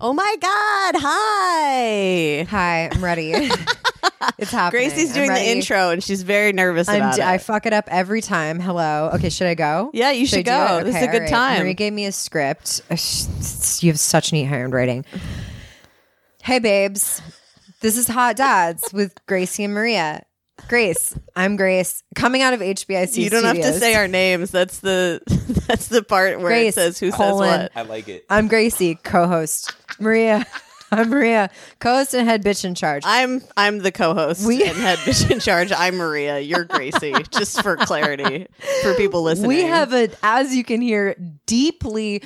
Oh my God. Hi. Hi, I'm ready. it's happening. Gracie's I'm doing the ready. intro and she's very nervous I'm about d- it. I fuck it up every time. Hello. Okay, should I go? Yeah, you should I do go. it? This is Okay, a good all time. Henry gave me a script. You have such neat handwriting. Hey, babes. This is Hot Dads with Gracie and Maria. Grace, I'm Grace, coming out of HBIC. you don't have to Studios. say our names. That's the that's the part where it Grace, says who colon. says what. I like it. I'm Gracie, co-host. Maria, I'm Maria, co-host and head bitch in charge. I'm I'm the co-host We- and head bitch in charge. I'm Maria. You're Gracie. just for clarity, for people listening, We have a, as you can hear, deeply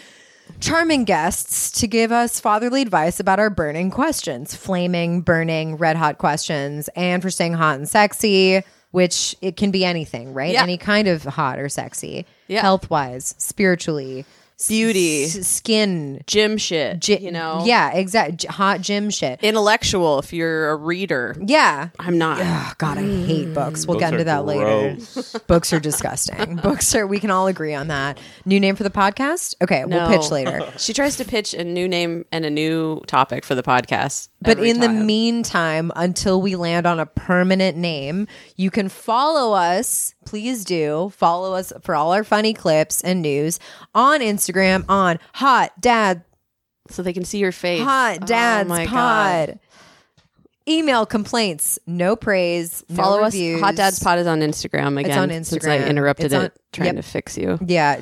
charming guests to give us fatherly advice about our burning questions, flaming, burning, red hot questions, and for staying hot and sexy, which it can be anything, right? Yeah. Any kind of hot or sexy, Yeah. health wise, spiritually, s- Beauty. s- skin, gym shit. gy- you know, yeah, exact hot gym shit. intellectual. If you're a reader, yeah. I'm not. Oh, God, I hate books. We'll Those get into are that later. gross. Oh, Books are disgusting. Books are. We can all agree on that. New name for the podcast? Okay, No. we'll pitch later. She tries to pitch a new name and a new topic for the podcast. But every in the time. meantime, until we land on a permanent name, you can follow us. Please do follow us for all our funny clips and news on Instagram on Hot Dad so they can see your face. Hot Dad's Oh my God. Pod. Email complaints, no praise. no Follow us. reviews. Hot Dad's Pod is on Instagram again. on Since I Instagram. interrupted It's on- it trying yep. to fix you. Yeah,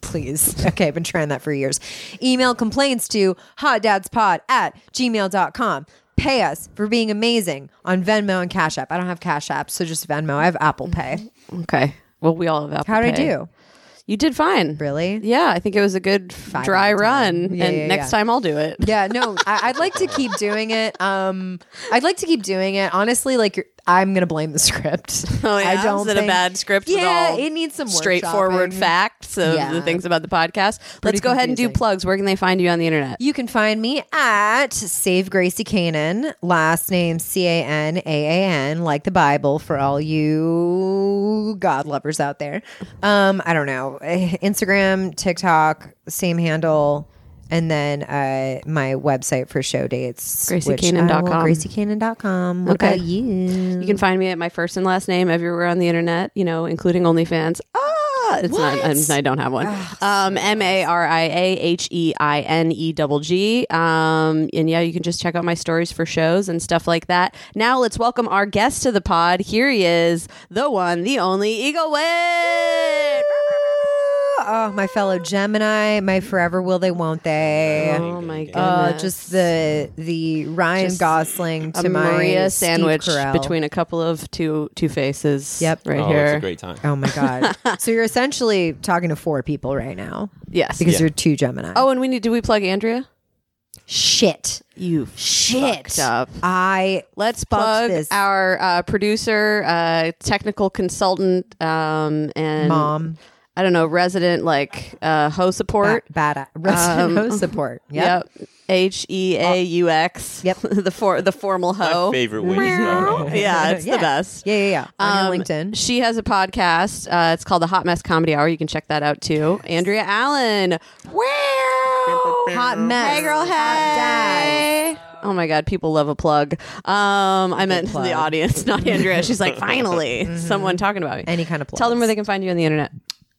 please. Okay, I've been trying that for years. Email complaints to hotdadspod at gmail.com. Pay us for being amazing on Venmo and Cash App. I don't have Cash App, so just Venmo. I have Apple Pay. Okay. Well, we all have Apple How'd I Pay. do? You did fine. Really? Yeah, I think it was a good dry out of ten. run. Yeah, and yeah, next yeah. time I'll do it. Yeah, no, I, I'd like to keep doing it. Um, I'd like to keep doing it. Honestly, like you're, I'm gonna blame the script. Oh, yeah? I don't Is it a think- bad script at Yeah, all? it needs some work Straightforward shopping. facts of Yeah. the things about the podcast. Let's Pretty go ahead and do confusing. plugs. Where can they find you on the internet? You can find me at Save Gracie Canaan, last name C A N A A N, like the Bible for all you God lovers out there. Um, I don't know. Eh, Instagram, TikTok, same handle. And then uh, my website for show dates. which I will- GracieCanan.com. GracieCanan.com. What Okay. about you? You can find me at my first and last name everywhere on the internet, you know, including OnlyFans. Ah, it's not. I'm, I don't have one. Ah, Um, M A R I A H E I N E double G. Um, and yeah, you can just check out my stories for shows and stuff like that. Now let's welcome our guest to the pod. Here he is, the one, the only Eagle Wade. Oh, my fellow Gemini, my forever will they, won't they? Oh my god! Uh, just the the Ryan Just Gosling a to my Maria Steve sandwich Carell. between a couple of two two faces. Yep. right oh, here. it's a great time. Oh my god! so you're essentially talking to four people right now yes. because Yeah. you're two Gemini. oh, and we need. Do we plug Andrea? shit! You Shit! fucked up. I Let's Fuck plug this. our uh, producer, uh, technical consultant, um, and mom I don't know, resident like uh, ho ba- support. bad at Um, resident host support. Yep. H E A U X. Yep. the for the formal ho. My favorite way to go. Yeah, it's the best. Yeah, yeah, yeah. On your Um, LinkedIn. She has a podcast. Uh, it's called the Hot Mess Comedy Hour. You can check that out too. Andrea Allen. Wow. Hot mess. Hey, girl. Hey. Oh my God, people love a plug. Um, I meant plug. Mm-hmm. the audience, not Andrea. She's like, finally, someone talking about me. Any kind of Tell them plugs. where they can find you on the internet.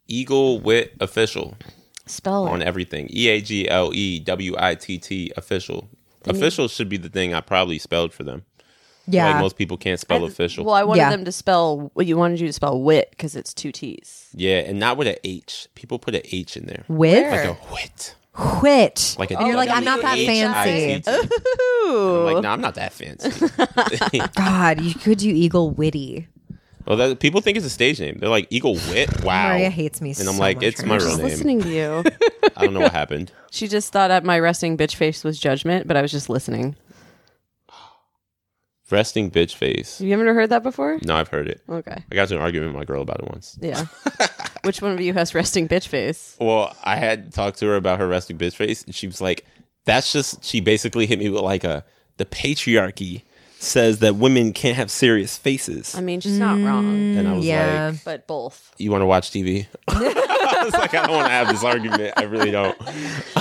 Eagle Wit Official Spell on everything. E A G L E W I T T Official. e- Official should be the thing I probably spelled for them. Like Yeah. most people can't spell official. Well, I wanted Yeah. them to spell. Well, you wanted you to spell wit because it's two T's. yeah, and not with a H. People put a H in there. Like With a wit. quit. Like a you're Oh, like I'm not that fancy. Oh. W-H-I-T-T. I'm Ooh. like, no, I'm not that fancy. God, you could do eagle witty. well, that, people think it's a stage name. They're like Eagle Wit. Wow. Maria hates me. And I'm so like, much it's right my now. real She's name. listening to you. I don't know what happened. she just thought that my resting bitch face was judgment, but I was just listening. Resting bitch face. Have you ever heard that before? No, I've heard it. Okay. I got into an argument with my girl about it once. Yeah. Which one of you has resting bitch face? Well, I had talked to her about her resting bitch face, and she was like, "That's just." She basically hit me with like a the patriarchy says that women can't have serious faces. I mean, she's Mm. not wrong, and I was yeah. like, but both. you want to watch TV? I was like, I don't want to have this argument. I really don't.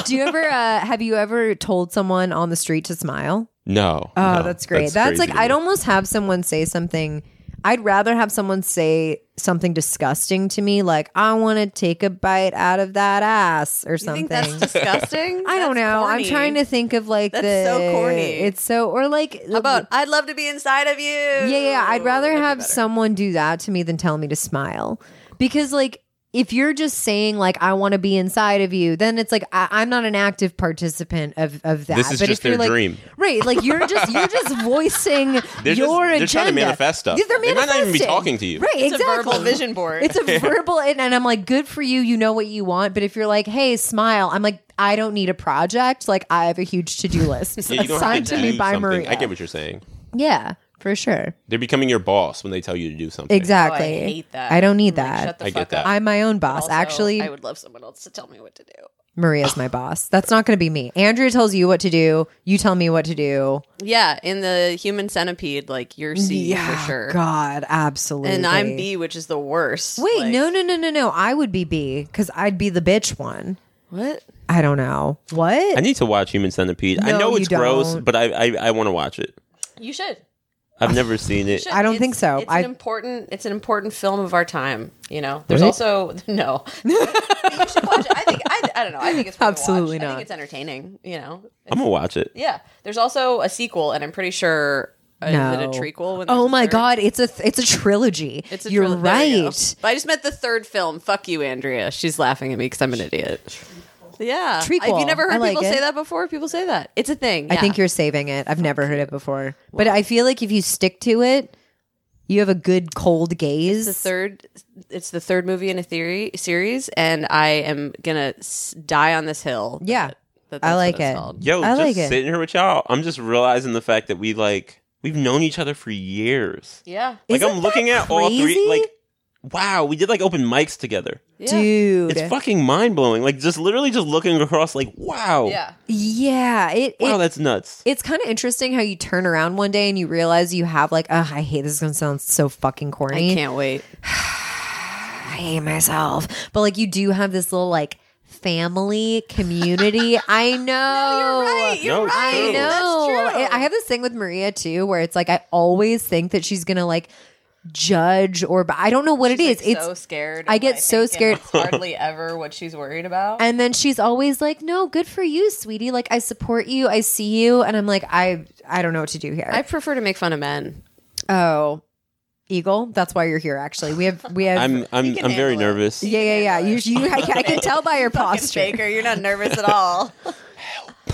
Do you ever uh, have you ever told someone on the street to smile? No. Oh, no, that's great. That's, crazy like to me. I'd almost have someone say something. I'd rather have someone say something disgusting to me, like "I want to take a bite out of that ass" or You something. think that's disgusting? I don't know. I'm trying to think of like That's the so corny. It's so or like How about I'd love to be inside of you? yeah, yeah. I'd rather That'd be have better. someone do that to me than tell me to smile because like. If you're just saying like I want to be inside of you, then it's like I- I'm not an active participant of of that. This is but just if you're their like, dream. right, like you're just you're just voicing They're just- your they're trying to agenda. manifest stuff. Yeah, They're They might not even be manifesting. talking to you. Right, It's exactly. a verbal vision board. It's a verbal, and, and I'm like, good for you. You know what you want. But if you're like, hey, smile, I'm like, I don't need a project. Like, I have a huge to do list. Yeah, you don't Signed have to, to me do by something. Maria. I get what you're saying. yeah, for sure. They're becoming your boss when they tell you to do something. Exactly. Oh, I hate that. I don't need Like, that. shut the I get fuck that. up. I'm my own boss. Also, Actually, I would love someone else to tell me what to do. Maria's my boss. That's not going to be me. Andrea tells you what to do. You tell me what to do. Yeah, in the human centipede, like you're C for sure, God, absolutely. and I'm B, which is the worst. Wait, Like, no, no, no, no, no. I would be B because I'd be the bitch one. What? I don't know I what. need to watch Human Centipede. I No, know you it's gross, don't. but I I, I want to watch it. You should. I've never seen it. should. I don't It's- think so. It's I- an important. It's an important film of our time. You know, there's Really? also no. you should watch it. I think I, I don't know. I think it's worth a watch. Absolutely I not. think it's entertaining. You know, I'm gonna watch it. yeah. There's also a sequel, and I'm pretty sure uh, No. is it a trequel. When there's Oh a my third? God, it's a th- it's a trilogy. It's a You're trilo- there right. you go. But I just meant the third film. Fuck you, Andrea. She's laughing at me because I'm an idiot. Yeah. Have Trequel. you never I heard like people it. say that before? People say that. It's a thing. I think you're saving it. I've never heard it before, but I feel like if you stick to it, you have a good cold gaze. the third it's the third movie in a theory series and I am gonna s- die on this hill. Yeah. That- that I that's like what it's it. called. Yo, I just like it. sitting here with y'all, I'm just realizing the fact that we like we've known each other for years. Yeah. Like Isn't I'm looking that at all crazy? three. Like, wow, we did like open mics together. Yeah. Dude, It's fucking mind blowing. Like just literally just looking across. Like wow, Yeah. yeah, it, it wow, that's nuts. it's kind of interesting how you turn around one day and you realize you have like, oh, I hate this. Is gonna sound so fucking I corny. can't wait. I hate myself, but like you do have this little like family community. I know. Oh, you're No, right. I true. know. That's true. I- I have this thing with Maria too, where it's like I always think that she's gonna like judge or, but I don't know what it is. Like, it's so scared. I of get what so think, and scared. It's hardly ever what she's worried about. and then she's always like, "No, good for you, sweetie. Like I support you. I see you." And I'm like, "I I don't know what to do here." I prefer to make fun of men. oh, Eagle, that's why you're here. Actually, we have we have. I'm I'm can I'm very handle it. nervis. yeah, yeah, yeah. You, you, I, I can tell by your posture. Baker, you're not nervous at all.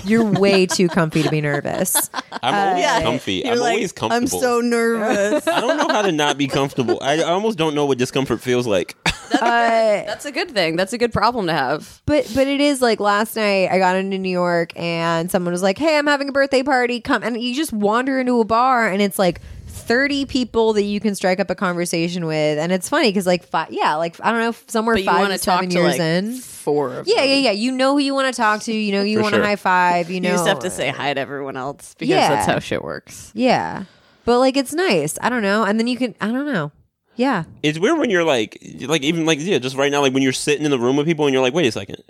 You're way too comfy to be nervous. I'm always Yeah. comfy. I'm always comfortable. nervous. I don't know how to not be comfortable. I, I almost don't know what discomfort feels like. Uh, That's a good thing. That's a good problem to have. but but it is like last night I got into New York and someone was like, "Hey, I'm having a birthday party. Come." And you just wander into a bar and it's like 30 people that you can strike up a conversation with and it's funny cuz like five, yeah, like I don't know, somewhere But you 5 want to to talk 7 to years like in. four of Yeah, them. yeah, yeah. You know who you want to talk to, you know who you For want to sure. high five, you know. You just have to say hi to everyone else because Yeah. that's how shit works. Yeah. But like it's nice. I don't know. And then you can I don't know. Yeah. It's weird when you're like, like even like yeah, just right now, like when you're sitting in the room with people and you're like, wait a second,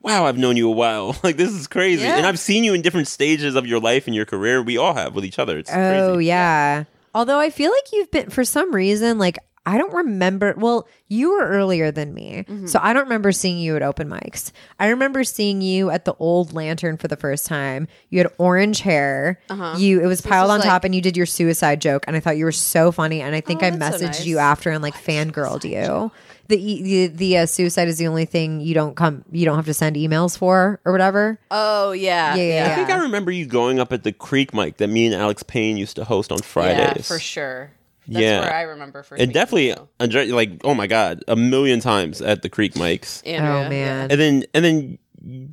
wow, I've known you a while. Like this is crazy, Yeah. and I've seen you in different stages of your life and your career. We all have with each other. It's Oh crazy. yeah. Although I feel like you've been for some reason like I don't remember. Well, you were earlier than me, Mm-hmm. so I don't remember seeing you at open mics. I remember seeing you at the old lantern for the first time. You had orange hair. You it was piled was on Uh-huh. like- top, and you did your suicide joke, and I thought you were so funny. And I think Oh, I messaged that's so you nice. after and like fangirled you. The the, the uh, suicide is the only thing you don't come you don't have to send emails for or whatever. Oh yeah, Yeah, yeah, yeah. I think I remember you going up at the Creek mic that me and Alex Payne used to host on Fridays. for sure. That's Yeah. where I remember for And definitely, Andre- like oh my god, a million times at the Creek mics. Oh man. And then and then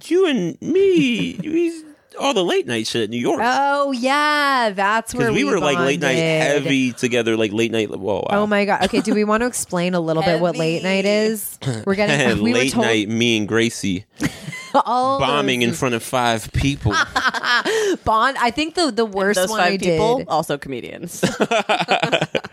you and me, we, all the late night shit at New York. Oh yeah, that's where because we, were like late night bonded. heavy together, like late night. Whoa! Wow. Oh my god. Okay, do we want to explain a little bit what late night is? We're getting we were late told night. Me and Gracie. all bombing in front of five people. Ah, those- Bond. I think the the worst Those one five I people, did. also comedians.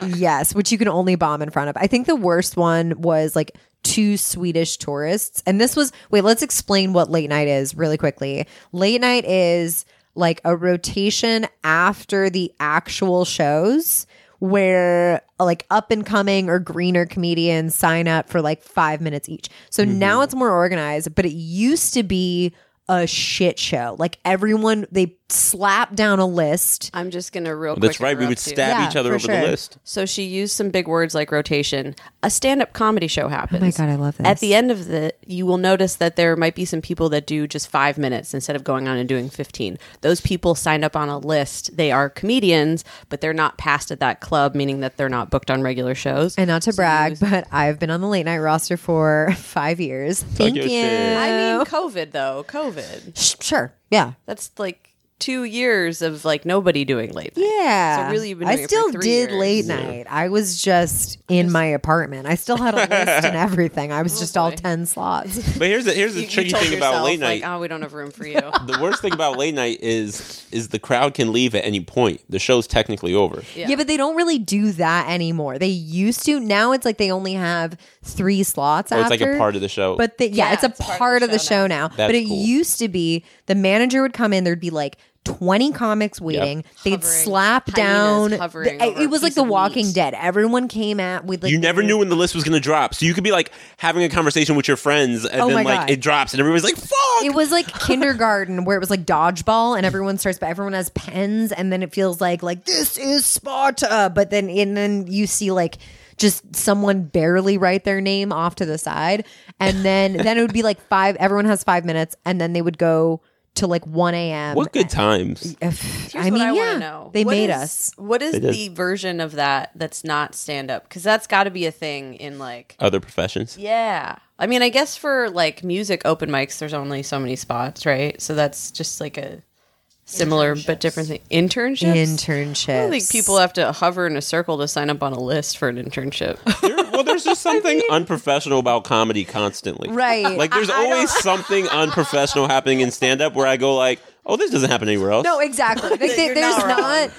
Yes, which you can only bomb in front of. I think the worst one was like two Swedish tourists. And this was wait, let's explain what late night is really quickly. Late night is like a rotation after the actual shows where like up and coming or greener comedians sign up for like 5 minutes each. So now it's more organized, but it used to be a shit show. Like everyone they slap down a list. I'm just gonna real. That's quick right. We would interrupt you. stab Yeah, each other for over the sure. list. So she used some big words like rotation. A stand-up comedy show happens. Oh my God, I love this. At the end of the, you will notice that there might be some people that do just five minutes instead of going on and doing fifteen. Those people signed up on a list. They are comedians, but they're not passed at that club, meaning that they're not booked on regular shows. And not to brag, but I've been on the late night roster for five years. Thank your you. shit. I mean, COVID though, COVID. Sh- sure. Yeah. That's like two years of like nobody doing late. night. Yeah. So really you've been I doing it for still three did years. late night. I was just Oh, in my apartment. I still had a list and everything. I was just all 10 slots. But here's the here's the You- you tricky told thing about yourself, late night. like, oh, we don't have room for you. the worst thing about late night is is the crowd can leave at any point. The show's technically over. Yeah. but they don't really do that anymore. They used to. Now it's like they only have three slots Or it's like a after. part of the show. But the, yeah, Yeah, it's a it's part, of the show now. But it Oh. cool. used to be the manager would come in. There'd be like twenty comics waiting. They'd Hovering. slap Hyenas down. hovering the- over it a was like piece The of meat. Walking Dead. Everyone came at with like you never the- knew when the list was going to drop. So you could be like having a conversation with your friends and Oh then my like God. it drops and everybody's like, fuck. It was like kindergarten where it was like dodgeball and everyone starts, but everyone has pens, and then it feels like like this is Sparta, but then and then you see like just someone barely write their name off to the side, and then then it would be like five. Everyone has five minutes, and then they would go to like one a.m. what good times. If, Here's I mean, what I yeah, want to know. they What made is- us. What is did. the version of that that's not stand up? Because that's got to be a thing in like, Other professions. yeah. I mean, I guess for like music open mics, there's only so many spots, right? So that's just like a similar but different thing. Internships. I Internships. don't think people have to hover in a circle to sign up on a list for an internship. There- well, there's just something unprofessional about comedy constantly. Right. Like there's always something unprofessional happening in stand up where I go like, oh, this doesn't happen anywhere else. No, exactly. Like, they, You're there's not wrong. not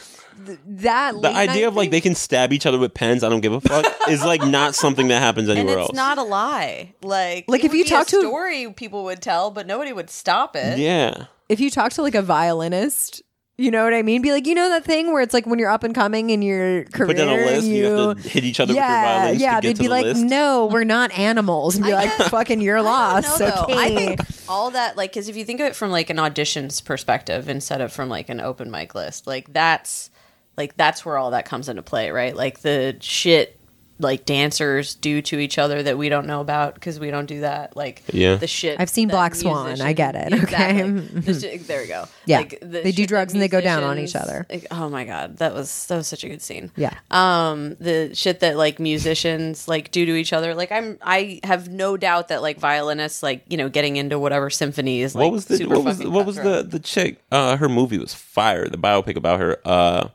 th- that. the idea of like they can stab each other with pens, I don't give a fuck, is like not something that happens and anywhere it's else. not a lie. Like, Like, it if would you be talk a to- story, people would tell, but nobody would stop it. yeah. if you talk to like a violinist. You know what I mean? Be like, you know that thing where it's like when you're up and coming in your career, put down a and list and you, you, have to hit each other with your yeah, violins yeah. to get They'd to be the like, list. no, we're not animals, and be like, fucking, you're lost. I don't know, though. I okay. think all that, like, because if you think of it from like an auditions perspective instead of from like an open mic list, like that's like that's where all that comes into play, right? Like the shit like dancers do to each other that we don't know about because we don't do that. Like Yeah. the shit. I've seen that Black Swan. I get it. Okay. Exactly. The shit- there we go. Yeah. Like, the They do shit that drugs and they go down on each musicians- other. like, oh my god, that was that was such a good scene yeah, um the shit that like musicians like do to each other like i'm i have no doubt that like violinists like you know getting into whatever symphony is like what was the super what was fucking what was cutthroat. the the chick? Uh, her movie was fire. The biopic about her. Uh,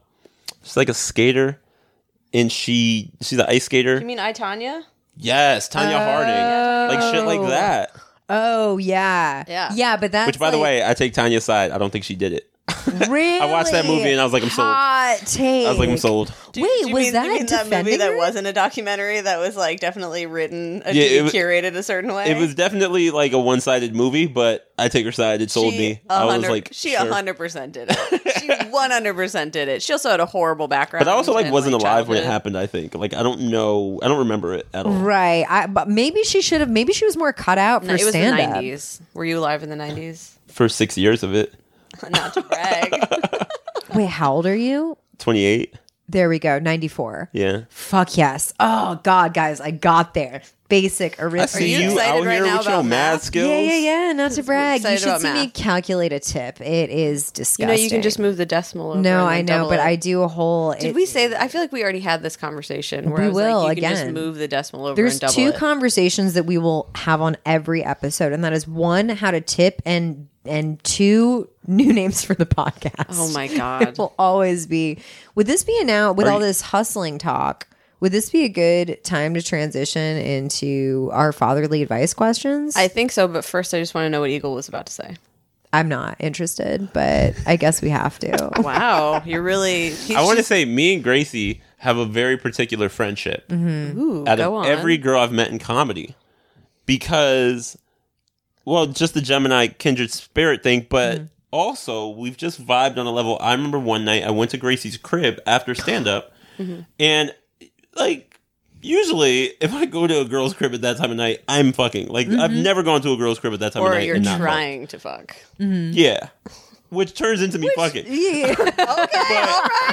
she's like a skater, and she she's an ice skater. you mean i tanya Yes, Tanya Harding, like shit like that. oh yeah, Yeah. yeah. But that's Which, by the like, way, I take Tanya's side. I don't think she did it. really, I watched that movie and I was like, I'm sold. I hot take. was like, I'm sold. Wait, was that defending her? wasn't a documentary that was like definitely written uh, Yeah, it was- curated a certain way It was definitely like a one sided movie, but I take her side. It sold me. I was like, she sure. 100% did it. She 100% did it. She also had a horrible background. But I also like and, wasn't alive when it childhood. happened. I think like I don't know. I don't remember it at all. right? I, but maybe she should have. Maybe she was more cut out No, for it was the stand up. 90s. Were you alive in the 90s? First six years of it. Not to brag. Wait, how old are you? Twenty eight. There we go, ninety four. Yeah. Fuck yes. Oh God, guys, I got there. Basic arithmetic. you excited right now about math? skills. yeah, yeah, yeah. Not to brag. You excited should about see me math. calculate a tip. It is You disgusting. know, you can just move the decimal. Over No, and I then know, double but it. I do a whole. did. it- We say that. I feel like we already had this conversation. Where We I was like, will you can again. Just move the decimal over. There's and double two It. conversations that we will have on every episode, and that is one how to tip, and and two new names for the podcast. oh my It god! will always be. Would this be a now with all you- this hustling talk? Would this be a good time to transition into our fatherly advice questions? I think so, but first I just want to know what Eagle was about to say. I'm not interested, but I guess we have to. Wow, you're really. he's I want to just- say me and Gracie have a very particular friendship Ooh, out go of on. every girl I've met in comedy because, well, just the Gemini kindred spirit thing, but Mm-hmm. also we've just vibed on a level. I remember one night I went to Gracie's crib after stand up, Mm-hmm. and like usually if I go to a girl's crib at that time of night, I'm fucking. Like I've never gone to a girl's crib at that time of Mm-hmm. or night. you're and not fucked. trying to fuck. Yeah. Which turns into me fucking. Yeah.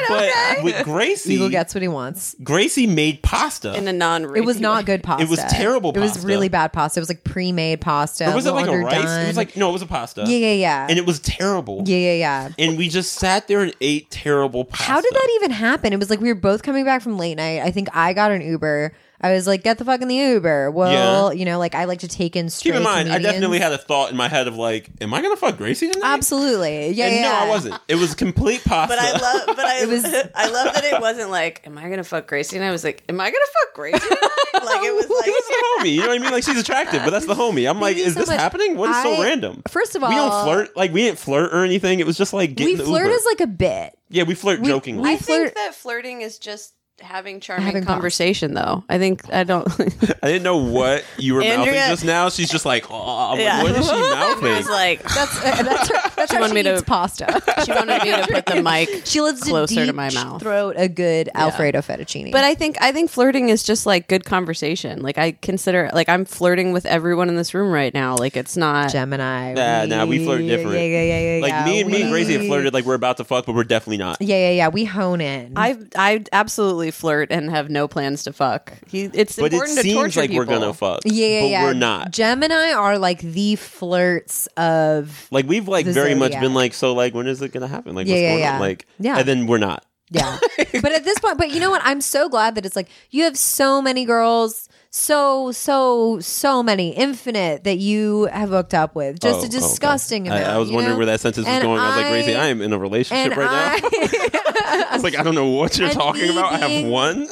but with Gracie, Eagle gets what he wants. Gracie made pasta. in a non. It was not good pasta. was terrible It was pasta. really bad pasta. It was like pre-made pasta. or was it like a rice? It underdone. was like no, it was a pasta. yeah, yeah, yeah, And it was terrible. yeah, yeah, yeah. And we just sat there and ate terrible pasta. How did that even happen? It was like we were both coming back from late night. I think I got an Uber. I was like, "Get the fuck in the Uber." Well, you know, like I like to take in. Straight Keep in mind, I comedians. definitely had a thought in my head of like, am I gonna fuck Gracie tonight? Absolutely, yeah, And yeah. no, I yeah. wasn't. It was complete pasta. But I love, but I It was- I love that it wasn't like, am I gonna fuck Gracie? And I was like, am I gonna fuck Gracie? tonight?" like it was It was like, the homie. You know what I mean? Like she's attractive, but that's the homie. I'm like, you is so this much. happening? What is I- so random? First of we all- don't flirt. Like we didn't flirt or anything. It was just like getting We the flirt Uber. as like a bit. yeah, we flirt jokingly. I think flirt- that flirting is just having charming Having pop. conversation, though. I think I don't. I didn't know what you were Andrea- mouthing just now. She's just like, oh, I'm Yeah. like, what is she mouthing? I was like, That's uh, that's her, that's how wanted she me to- eats pasta. she wanted me to put the mic She loves closer to, to deep my mouth. Throat a good Alfredo fettuccine. But I think I think flirting is just like good conversation. Like I consider like I'm flirting with everyone in this room right now. Like it's not Gemini. Nah, nah, we flirt different. Yeah, yeah, yeah, yeah. like yeah. me and me and We- Gracie have flirted like we're about to fuck, but we're definitely not. Yeah, yeah, yeah. We hone in. I I absolutely flirt and have no plans to fuck. He, it's But it important to seems torture like we're people. gonna fuck. yeah, yeah, but yeah. we're not. Gemini are like the flirts of Like we've like The very much Zodiac. been like, so like when is it gonna happen? Like Yeah, what's yeah, going yeah. on? Like Yeah. and then we're not. yeah. but at this point, but you know what? I'm so glad that it's like you have so many girls, so so so many, infinite that you have hooked up with. Just Oh, a okay. disgusting I- amount. I, was you wondering know? where that sentence was And going. I, was like, Gracie, I- I am in a and relationship right now. I, It's like I don't know what you're And talking about. I have eating- one.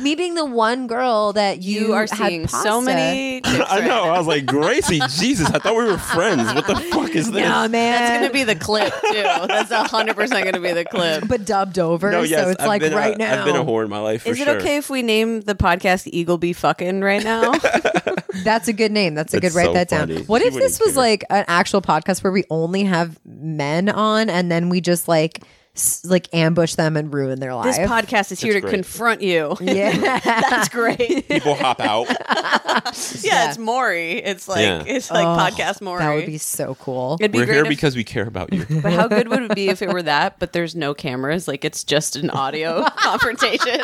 me being the one girl that you, You are had seeing so pasta- many. chicks I right know. now. I was like, Gracie, Jesus, I thought we were friends. What the fuck is this? No, man. That's gonna be the clip too. That's hundred percent gonna be the clip. but dubbed over. no, yes, so it's I've like been right a, now. I've been a whore in my life for Is it sure. okay if we name the podcast Eagle Be Fucking right now? That's a good name. That's a That's good. Write so that down. funny. What She if this wouldn't was care. like an actual podcast where we only have men on, and then we just like s- like ambush them and ruin their life? this podcast is here to great. confront you. yeah. That's great. Yeah, People hop out. Yeah. it's Maury. It's like Yeah. it's like podcast Maury. That would be so cool. It'd be We're great here if- because we care about you. But how good would it be if it were that, but there's no cameras? Like it's just an audio confrontation.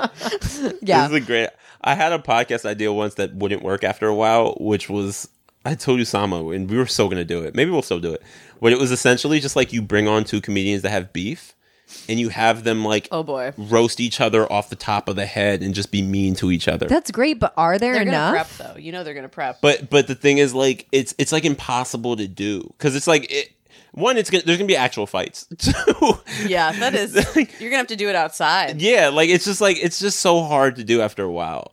Yeah. This is a great. I had a podcast idea once that wouldn't work after a while, which was I told Usama, and we were still going to do it. Maybe we'll still do it, but it was essentially just like you bring on two comedians that have beef, and you have them like Oh boy. roast each other off the top of the head and just be mean to each other. That's great, but are there They're gonna enough? prep though. You know they're gonna prep. but but the thing is, like it's it's like impossible to do because it's like it, one, it's gonna, there's gonna be actual fights. Two, yeah, that is you're gonna have to do it outside. Yeah, like it's just like it's just so hard to do after a while.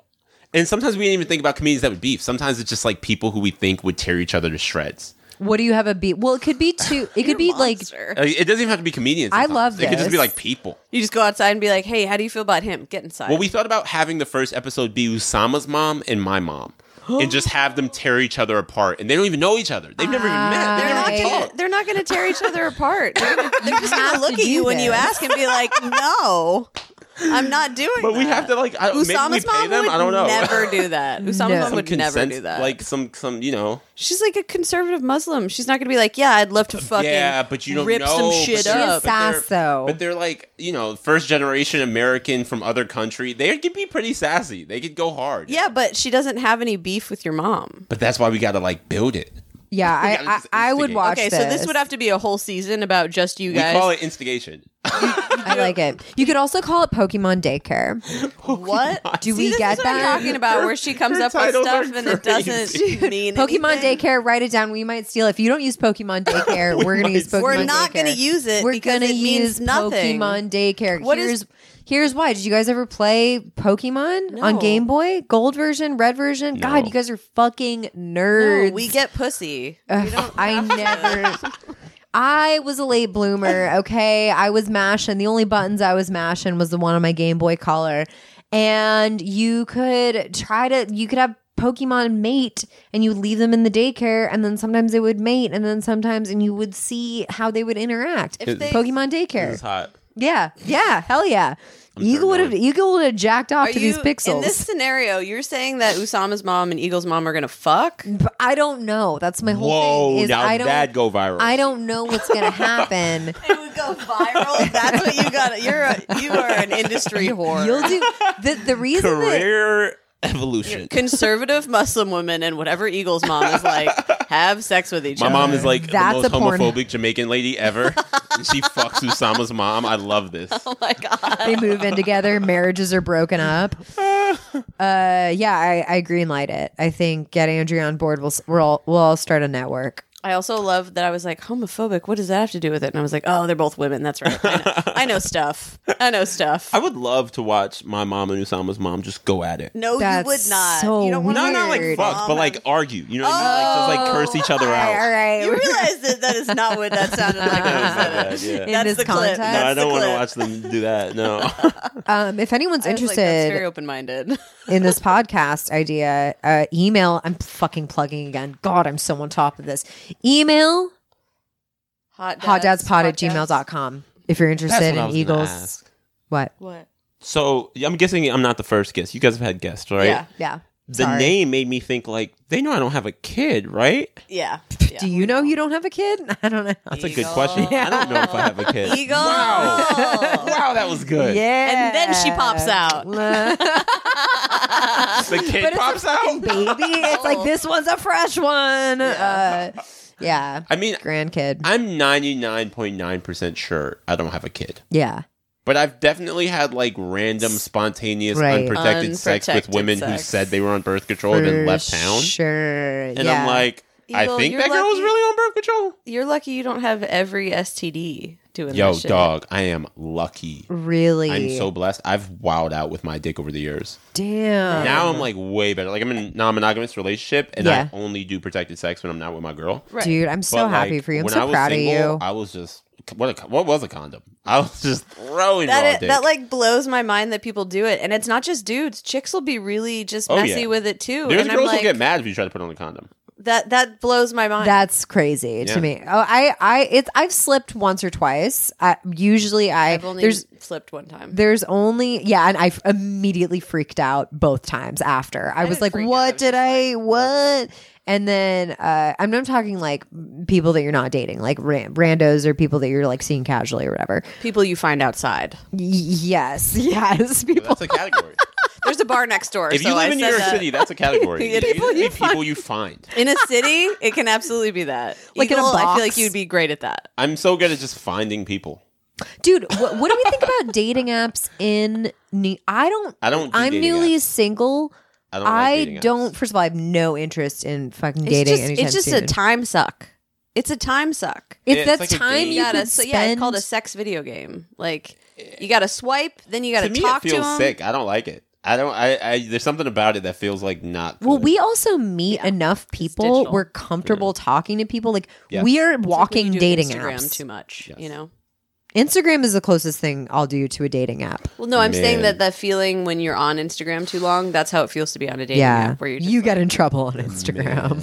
And sometimes we didn't even think about comedians that would beef. Sometimes it's just like people who we think would tear each other to shreds. What do you have a beat? Well, it could be two. It could be like Uh, It doesn't even have to be comedians. I sometimes. love It could just be this. like people. you just go outside and be like, Hey, how do you feel about him? Get inside. Well, we thought about having the first episode be Usama's mom and my mom, and just have them tear each other apart, and they don't even know each other. They've never even met. they're not They've never gonna talked. they're not gonna tear each other apart. They're, gonna, they're just gonna have look to at you do when you this. ask and be like, No, I'm not doing But we that." have to like. I, maybe we Usama's pay mom them. would I don't know. never do that. Usama's No. mom Some would never consent- do that. Like some some you know. She's like a conservative Muslim. She's not going to be like, yeah, I'd love to fucking yeah, but you don't rip know, some but shit they're- up. She is sass, but they're, though. But they're like you know first generation American from other country. They could be pretty sassy. They could go hard. Yeah, but she doesn't have any beef with your mom. but that's why we got to like build it. yeah. gotta I just I, I would instigate. watch. Okay, so this would have to be a whole season about just you We guys. call it instigation. I like it. You could also call it Pokemon Daycare. What Do See, we this get is what I'm that? talking about where she comes Her up with titles are stuff and it crazy. doesn't mean Pokemon anything. Daycare, write it down. We might steal. it. If you don't use Pokemon Daycare, we are going to might use Pokemon steal We're not going gonna to use it We're because gonna it means use nothing. Pokemon Daycare. What is- here's, here's why. Did you guys ever play Pokemon on No. Game Boy? Gold version, red version? God, No. you guys are fucking nerds. No, we get pussy. Ugh, I never. I was a late bloomer. Okay, I was mashing. The only buttons I was mashing was the one on my Game Boy Color, and you could try to. You could have Pokemon mate, and you would leave them in the daycare, and then sometimes they would mate, and then sometimes, and you would see how they would interact. If they- Pokemon This is daycare. hot. Yeah, yeah, hell yeah. Eagle turned would have. on. Eagle would have jacked off Are to you- these In pixels. this scenario, you're saying that Usama's mom and Eagle's mom are gonna fuck? But I don't know. That's my whole thing. Whoa, Is now I don't. that go viral. I don't know what's gonna happen. It would go viral. That's what you got. You're a, you are an industry whore. You'll do the the reason that Career evolution. Conservative Muslim women and whatever Eagle's mom is like have sex with each My other. mom is like That's the a most porn- homophobic Jamaican lady ever. and she fucks Usama's mom. I love this. Oh my god. they move in together, marriages are broken up. Uh, yeah, I, I green light it. I think get Andrea on board. We'll s- we'll all, we'll all start a network. I also love that I was like homophobic. What does that have to do with it? And I was like, oh, they're both women. That's right. I know, I know stuff. I know stuff. I would love to watch my mom and Usama's mom just go at it. no, That's you would not. so you don't want No, not like Weird. fuck, but like argue. You know what I mean? Like just like curse each other All right, all out. right. You realize that that is not what that sounded like. when you said That it. was not bad, yeah. In That's this the clip. context, No, I That's the don't want to clip. watch them do that. No. um, if anyone's I was like, that's very interested open minded. in this podcast idea, uh, email. I'm fucking plugging again. God, I'm so on top of this. Email Hot hotdadspod at podcast. gmail.com if you're That's interested what I in was gonna Eagles. ask. What? What? So I'm guessing I'm not the first guest. You guys have had guests, right? Yeah. Yeah. The Sorry. name made me think like they know I don't have a kid, right? Yeah. yeah. Do you know you don't have a kid? I don't know. That's a good question. I don't know if I have a kid. Eagle. Wow. wow, that was good. Yeah. And then she pops out. The kid pops out. Baby. It's like this one's a fresh one. Yeah. Uh, yeah. I mean, Grandkid. I'm 99.9% sure I don't have a kid. yeah. But I've definitely had like random, spontaneous, Right. unprotected, sex with Unprotected women who sex. said they were on birth control and For then left town. Sure. And yeah. I'm like, I Eagle, think you're that girl was lucky. really on birth control. You're lucky you don't have every STD doing Yo, that shit. dog, I am lucky. really? I'm so blessed. I've wowed out with my dick over the years. damn. Now I'm like way better. Like I'm in a non-monogamous relationship, and Yeah. I only do protected sex when I'm not with my girl. Right. Dude, I'm so But, like, happy for you. I'm when I so was proud single, of you. I was just what? A, what was a condom? I was just throwing raw That, it, dick. that like blows my mind that people do it, and it's not just dudes. Chicks will be really just Oh, messy yeah. with it too. There's and girls I'm like, who get mad if you try to put on a condom. that that blows my mind. That's crazy Yeah. to me. Oh, I, I, it's, I've slipped once or twice. I, usually, I I've only there's flipped one time. There's only yeah, and I f- immediately freaked out both times after. I, was didn't like, freak out, I "What was did I? what?" And then uh, I'm not talking like people that you're not dating, like ran- randos or people that you're like seeing casually or whatever. People you find outside. Y- yes, yes, people. That's a category. There's a bar next door. if you so I live in New said York that. City, that's a category. People people, you you people you find. in a city, it can absolutely be that. Like in a Eagle, I box. feel like you'd be great at that. I'm so good at just finding people. Dude, what, what do we think about dating apps in? New- I don't. I don't do I'm dating newly apps. single. I don't. like I dating apps. don't. First of all, I have no interest in fucking It's dating just, anytime it's just soon. a time suck. It's a time suck. It's, Yeah, it's that's like a time game. you You gotta, could so, spend. yeah, it's called a sex video game. Like you gotta swipe, then you gotta to me, talk it to feels them. sick. I don't like it. I don't. I, I. There's something about it that feels like not. Well, good. we also meet enough people. digital. We're comfortable talking to people. Like Yes. we are walking Fucking dating Instagram apps. too much. Yes. You know. Instagram is the closest thing I'll do to a dating app. Well, no, I'm saying Man. that that feeling when you're on Instagram too long, that's how it feels to be on a dating Yeah, app where you're just you get in trouble on Instagram.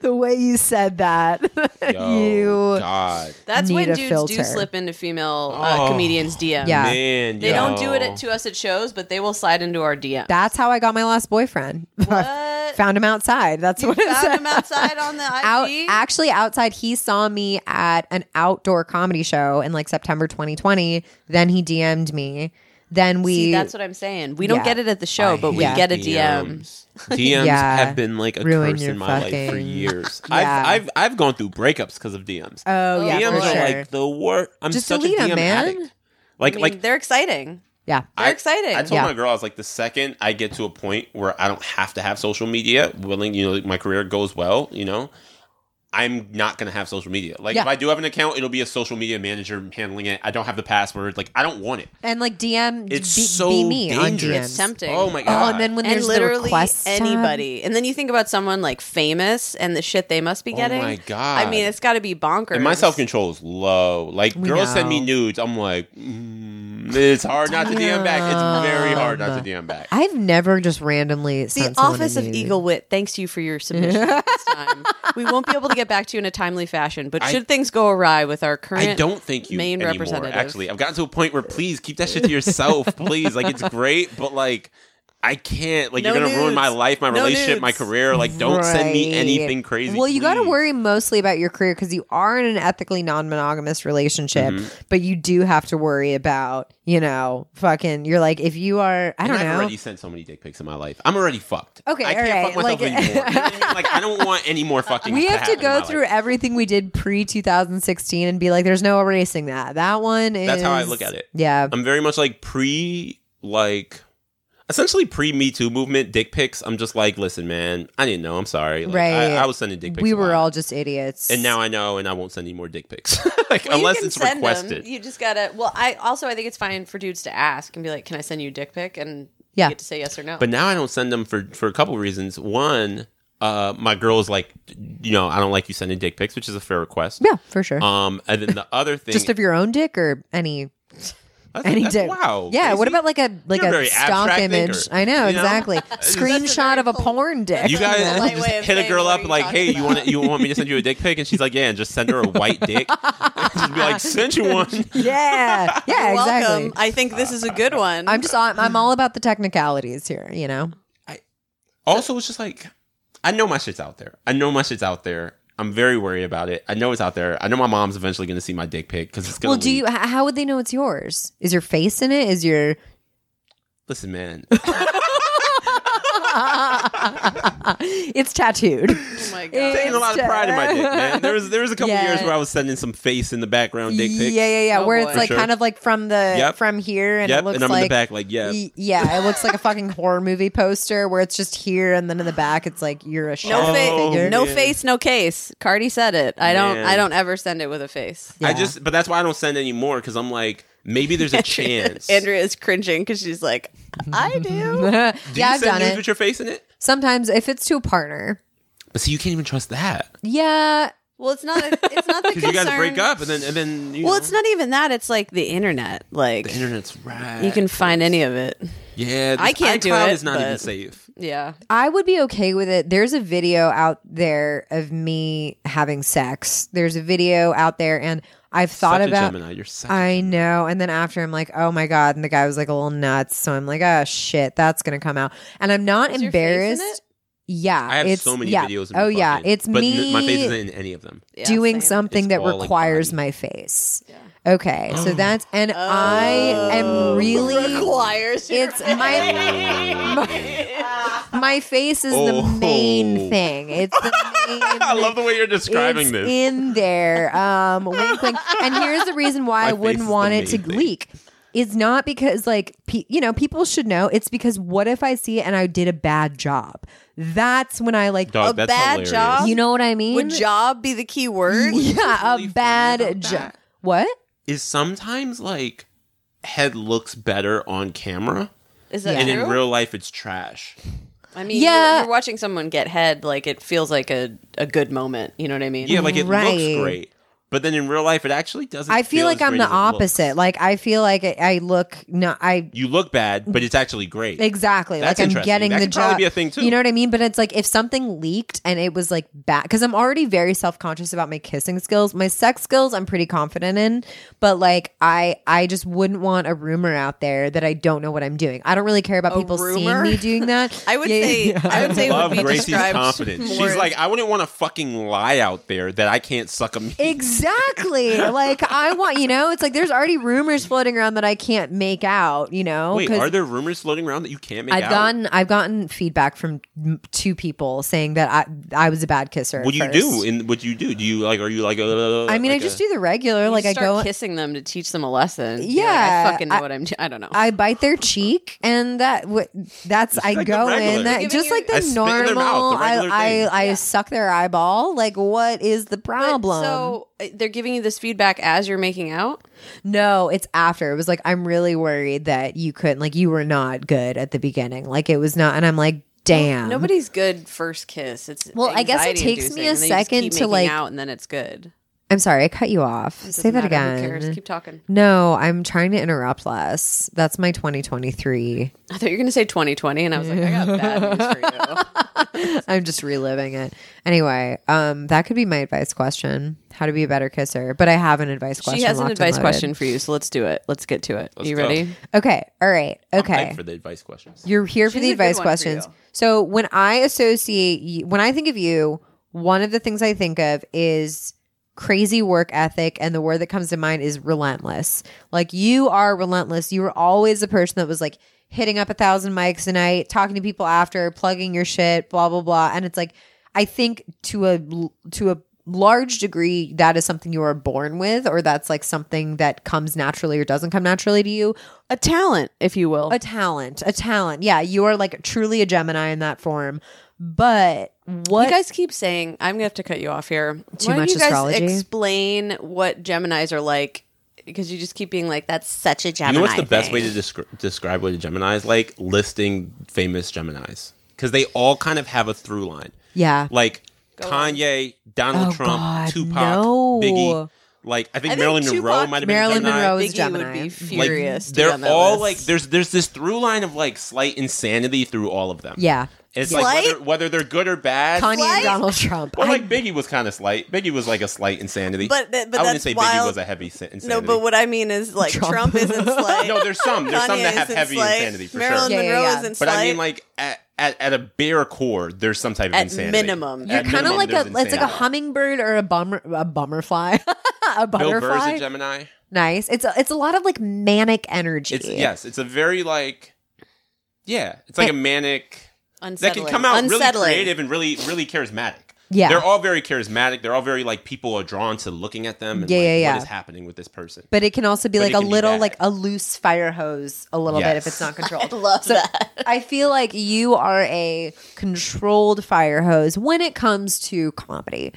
the way you said that, Yo, you God. That's need when a dudes filter. do slip into female uh, Oh. comedians' DMs. Yeah. Man, They don't do it yo. at, to us at shows, but they will slide into our DM. That's how I got my last boyfriend. What? Found him outside. That's you what it found said. him outside on the out IG. actually outside he saw me at an outdoor comedy show in like september 2020 then he dm'd me then we See, that's what I'm saying. We don't Yeah. get it at the show, but we hate get a DM. DMs Yeah. have been like a Ruin curse your in my life for fucking- years. Yeah. I've, I've I've gone through breakups because of DMs. oh yeah DMs for are sure. like the worst. I'm Just such delete a 'em, DM man. addict. Like I mean, like they're exciting. yeah They're I- exciting. I told Yeah. my girl, I was like, the second I get to a point where I don't have to have social media, willing, you know, like, my career goes well, you know, I'm not gonna have social media. Like, Yeah. if I do have an account, it'll be a social media manager handling it. I don't have the password. Like, I don't want it. and like DM It's be, so be me dangerous. on DMs. Tempting. Oh my Oh, god! and then when and there's the literally request tab- anybody. And then you think about someone like famous and the shit they must be Oh getting. my God. I mean, it's got to be bonkers. and my self control is low. Like, We girls send me know. nudes. I'm like, mm, it's hard not to DM back. It's very hard not to DM back. I've never just randomly The sent someone Office a of nude. Eagle Wit thanks you for your submission this time. We won't be able to get back to you in a timely fashion, but I- should things go awry with our current I don't think you main anymore, representative. Actually, I've gotten to a point where please keep that shit to yourself, please. Like it's great, but like I can't. Like No you're gonna ruin nudes. my life, my No relationship, my nudes. career. Like don't send me Right. anything crazy. Well, you got to please. worry mostly about your career because you are in an ethically non-monogamous relationship, Mm-hmm. but you do have to worry about, you know, fucking. You're like, if you are, I And don't I've know. already sent so many dick pics in my life. I'm already fucked. Okay, I can't alright, fuck myself like- anymore. You know what I mean? Like I don't want any more fucking. we have to happen in go my through life. everything we did pre 2016 and be like, there's no erasing that. That one is. That's how I look at it. Yeah. I'm very much like pre like. Essentially, pre Me Too movement dick pics. I'm just like, listen, man, I didn't know. I'm sorry. Like, Right. I, I was sending dick pics. we a were lot. all just idiots. And now I know, and I won't send any more dick pics. like, Well, you unless can it's send 'em. requested. You just gotta. Well, I also I think it's fine for dudes to ask and be like, "Can I send you a dick pic?" And Yeah. you get to say yes or no. But now I don't send them for, for a couple reasons. One, uh, my girl is like, you know, I don't like you sending dick pics, which is a fair request. Yeah, for sure. Um, and then the other thing, just of your own dick or any that's, any that's- dick. Wow. Yeah. What Casey. about like a like You're a a very stock abstract image? thinker, I know you know? exactly. That's a Screenshot very of a cool- porn dick. you guys That's a polite just way of hit a saying girl what up are you like, talking hey, you want about? you want me to send you a dick pic? And she's like, yeah, and just send her a white dick. She'd be like, send you one. yeah. Yeah. You're welcome. Exactly. I think this is a good one. I'm just on, I'm all about the technicalities here. You know. Also, it's just like I know my shit's out there. I know my shit's out there. I'm very worried about it. I know it's out there. I know my mom's eventually going to see my dick pic because it's going. Well, do you? h- How would they know it's yours? Is your face in it? Is your listen, man? it's tattooed. oh my It's- taking a lot of pride in my dick, man. There was there was a couple Yeah. years where I was sending some face in the background dick pics. Yeah, yeah, yeah. Oh, Where boy. it's like Sure. kind of like from the Yep. from here, and Yep, it looks and I'm like in the back like, yeah. y- yeah, it looks like a fucking horror movie poster where it's just here, and then in the back it's like you're a No, shadow fa- Oh, figure. no man. face, no case. Cardi said it. I don't. Man. I don't ever send it with a face. Yeah. I just but that's why I don't send anymore because I'm like maybe there's a chance. Andrea is cringing because she's like, "I do." yeah, do you I've send done nudes it with your face in it? sometimes if it's to a partner. But see, you can't even trust that Yeah, well, it's not. It's not the because you concern. guys break up and then and then you Well, know, it's not even that. It's like the internet. Like the internet's right. you can find any of it. yeah. I this can't do iCloud it, is not even but- safe. Yeah. I would be okay with it. There's a video out there of me having sex. There's a video out there, and I've thought Such a about. Gemini. You're such a I know. And then after, I'm like, oh my god. And the guy was like a little nuts, so I'm like, oh shit, that's gonna come out. And I'm not Is your face in embarrassed. it? Yeah, I have it's, so many yeah. videos. Of me oh yeah, fucking, it's but me. n- my face isn't in any of them. Yeah, doing same. something It's that all, like, requires body. my face. Okay, so that's and I Oh. am really requires your it's my, my my face is the main Oh. thing. It's the main. I love the way you're describing it's this. in there. Um, wink, wink. And here's the reason why I face is wouldn't the want it to main thing. leak. Is not because like pe- you know people should know. It's because what if I see it and I did a bad job? That's when I like. oh, Dog, a that's bad hilarious. job? You know what I mean? Would job be the key word? yeah, really a funny about bad job. that? What? is sometimes like head looks better on camera Is that Yeah. and true? in real life it's trash. I mean, Yeah. you're, you're watching someone get head, like it feels like a, a good moment. You know what I mean? Yeah, like it Right. looks great. But then in real life it actually doesn't I feel like as I'm great the as it looks. opposite. Like I feel like I, I look no, I You look bad, but it's actually great. exactly That's like I'm interesting. getting That the could probably job. be a thing, too. You know what I mean? But it's like if something leaked and it was like bad because I'm already very self conscious about my kissing skills. My sex skills I'm pretty confident in, but like I I just wouldn't want a rumor out there that I don't know what I'm doing. I don't really care about people seeing rumor? me doing that. I would Yeah, say yeah. I would say it Love would be Gracie's described confidence. more She's as- like, I wouldn't want to fucking lie out there that I can't suck a meat. Exactly. like I want, you know, it's like there's already rumors floating around that I can't make out. You know, Wait, 'cause are there rumors floating around that you can't make I've out? gotten I've gotten feedback from m- two people saying that I I was a bad kisser. at what do you do? first. In what do you do? Do you like? Are you like? Uh, I mean, I like just a- do the regular. like I start go, kissing them to teach them a lesson. You're like, Yeah, I fucking know I- what I'm. do- I don't know. I bite their cheek, and that w- that's I like the go regular. in that Giving just your- like the I spit in normal. their mouth, the regular I thing. I, I suck their eyeball. Like, what is the But, problem? So uh, they're giving you this feedback as you're making out. no, it's after. It was like I'm really worried that you couldn't. Like, you were not good at the beginning. Like, it was not, and I'm like, damn. Nobody's good first kiss. It's Uh-huh. Well, I guess it takes anxiety-inducing, and then you me a just second keep to, making like- out, and then it's good. I'm sorry, I cut you off. It Say that doesn't matter. again. Who cares? Keep talking. No, I'm trying to interrupt less. That's my 2023. I thought you were going to say 2020, and I was like, I got bad news for you. I'm just reliving it. Anyway, um, that could be my advice question: how to be a better kisser. But I have an advice question. She has an locked and advice loaded. question for you, so let's do it. Let's get to it. Let's you go. ready? Okay. All right. Okay. Hyped for the advice questions. You're here for She's the a good advice one for questions. you. So when I associate, you, when I think of you, one of the things I think of is crazy work ethic, and the word that comes to mind is relentless. Like you are relentless. You were always the person that was like hitting up a thousand mics a night, talking to people after, plugging your shit, blah blah blah. And it's like I think to a to a large degree that is something you are born with or that's like something that comes naturally or doesn't come naturally to you A talent, if you will. a talent, a talent. Yeah, you are like truly a Gemini in that form. But what? You guys keep saying I'm gonna have to cut you off here. Too Why don't much you guys astrology? Explain what Gemini's are like because you just keep being like, "That's such a Gemini." You know what's the best thing." way to descri- describe what a Gemini is like? Listing famous Geminis because they all kind of have a through line. yeah, Like on. Kanye, Donald Oh, Trump, God, Tupac, no. Biggie. Like I think I think Marilyn Tupac- Monroe might have been a Marilyn Gemini. Monroe is Biggie Gemini. would be Like, Like, furious. to be they're on that all list. like there's there's this through line of like slight insanity through all of them. yeah. It's Slight? like whether, whether they're good or bad. Kanye Slight? and Donald Trump. Well, I- like Biggie was kind of slight. Biggie was like a slight insanity. But- but- but I wouldn't that's say Biggie wild. was a heavy sa- insanity. no, but what I mean is like Trump, Trump. isn't slight. No, there's some. There's some Kanye that have isn't heavy slight. insanity for Marilyn sure. Yeah, yeah, Monroe yeah. isn't slight. But I mean, like at, at, at a bare core, there's some type of At insanity. minimum. you're At kind of minimum, like a. there's It's like a insanity. hummingbird or a bummer, a bummerfly, a Bill Burr's butterfly. a Gemini. nice. It's a, it's a lot of like manic energy. It's yes. It's a very like, yeah. It's like a manic that unsettling. can come out unsettling. really creative and really really charismatic. Yeah. they're all very charismatic. They're all very like people are drawn to looking at them. And, Yeah, like, yeah, yeah. What is happening with this person? But it can also be But like it a can be little, bad. like a loose fire hose, a little bit if Yes. it's not controlled. Love that. I feel like you are a controlled fire hose when it comes to comedy.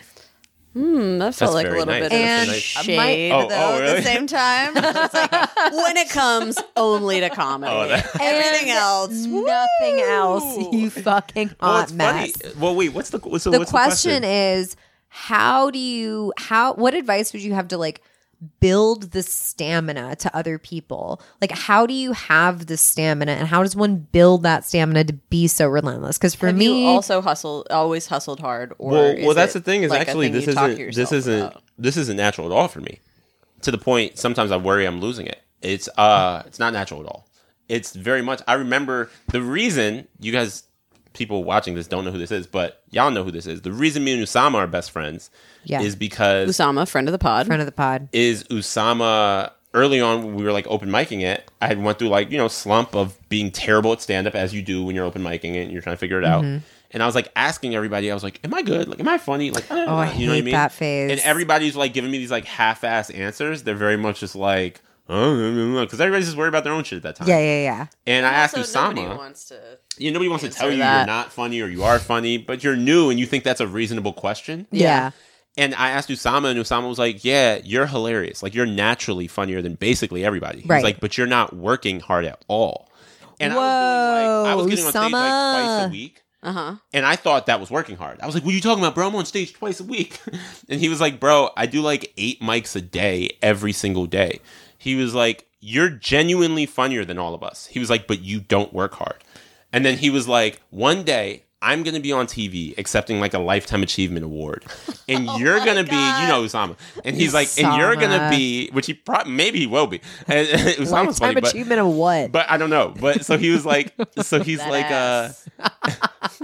Hmm, that felt That's like a very little nice. bit of And a shade, my- Oh, though. oh, At really? the same time, It's like, when it comes only to comedy, Oh, that- everything And else, Nothing else. You fucking hot well, it's mess. funny. Well, wait. What's the so The what's question the question? is how do you how what advice would you have to like build the stamina to other people? Like how do you have the stamina and how does one build that stamina to be so relentless? Cuz for Have me you also hustled, always hustled hard. Or well, is well, that's it the thing is like a actually thing this you talk to isn't this yourself isn't about? this isn't natural at all for me. To the point, sometimes I worry I'm losing it. It's uh, it's not natural at all. It's very much. I remember the reason you guys, people watching this, don't know who this is, but y'all know who this is. The reason me and Usama are best friends, Yeah. is because Usama, friend of the pod. front of the pod. is Usama early on when we were like open micing it, I had went through like, you know, slump of being terrible at stand up as you do when you're open micing it and you're trying to figure it out. Mm-hmm. And I was like asking everybody, I was like, Am I good? Like, am I funny? Like, I don't know. Oh, I you know what I hate mean? that phase. And everybody's like giving me these like half ass answers. They're very much just like, because everybody's just worried about their own shit at that time. Yeah, yeah, yeah. And I asked Also, nobody Usama, wants to- you know, nobody wants to tell answer you that. you're not funny or you are funny, but you're new and you think that's a reasonable question. Yeah. And I asked Usama, and Usama was like, "Yeah, you're hilarious. Like you're naturally funnier than basically everybody." He's Right. like, "But you're not working hard at all." And I was doing like, I was getting on stage like Whoa, twice Usama. a week, Uh-huh. and I thought that was working hard. I was like, "What are you talking about, bro? I'm on stage twice a week." and he was like, "Bro, I do like eight mics a day every single day." He was like, "You're genuinely funnier than all of us." He was like, "But you don't work hard." And then he was like, "One day." I'm gonna be on TV accepting like a lifetime achievement award, and Oh you're gonna be, you know, Usama. And he's like, and you're gonna Usama. be, which he probably maybe he will be. And, and Usama's funny, Lifetime but, achievement of what? but I don't know. But so he was like, so he's That like, uh, ass.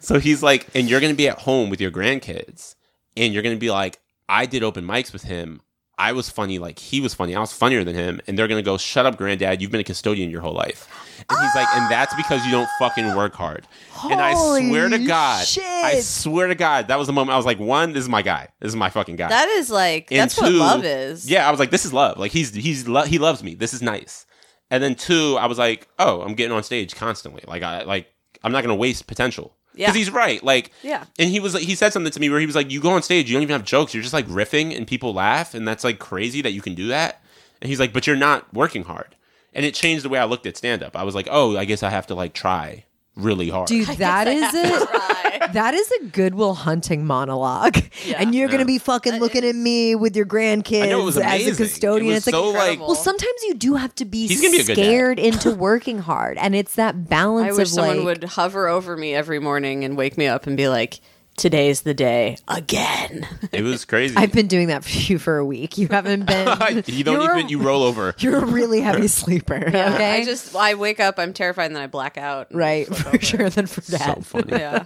so he's like, and you're going to be at home with your grandkids, and you're going to be like, I did open mics with him. I was funny like he was funny. I was funnier than him. And they're going to go, shut up, granddad. You've been a custodian your whole life. And he's like, and that's because you don't fucking work hard. and I swear to Holy God, I shit. swear to God, that was the moment I was like, one, this is my guy. This is my fucking guy. That is like And that's what two- love is. Yeah, I was like, this is love. Like he's he's lo- he loves me. This is nice. And then two, I was like, oh, I'm getting on stage constantly. Like I like I'm not gonna waste potential. Yeah. Because he's right. Like Yeah. And he was like, he said something to me where he was like, you go on stage, you don't even have jokes. You're just like riffing and people laugh, and that's like crazy that you can do that. And he's like, but you're not working hard. And it changed the way I looked at stand up. I was like, oh, I guess I have to like try really hard. Dude, that is it. Right. That is a Goodwill Hunting monologue, Yeah. Uh, and you're Yeah. gonna be fucking looking at me with your grandkids I know it was amazing. as a custodian. It was it's like, so incredible. like well, sometimes you do have to be He's gonna be a good dad. scared into working hard, and it's that I balance wish of someone like, would hover over me every morning and wake me up and be like, "Today's the day again." it was crazy. I've been doing that for you for a week. You haven't been. you don't you're even a- you roll over. You're a really heavy sleeper. Okay, I just I wake up, I'm terrified, and then I black out. and right flip for over. sure than for So that. Oh, funny. Yeah.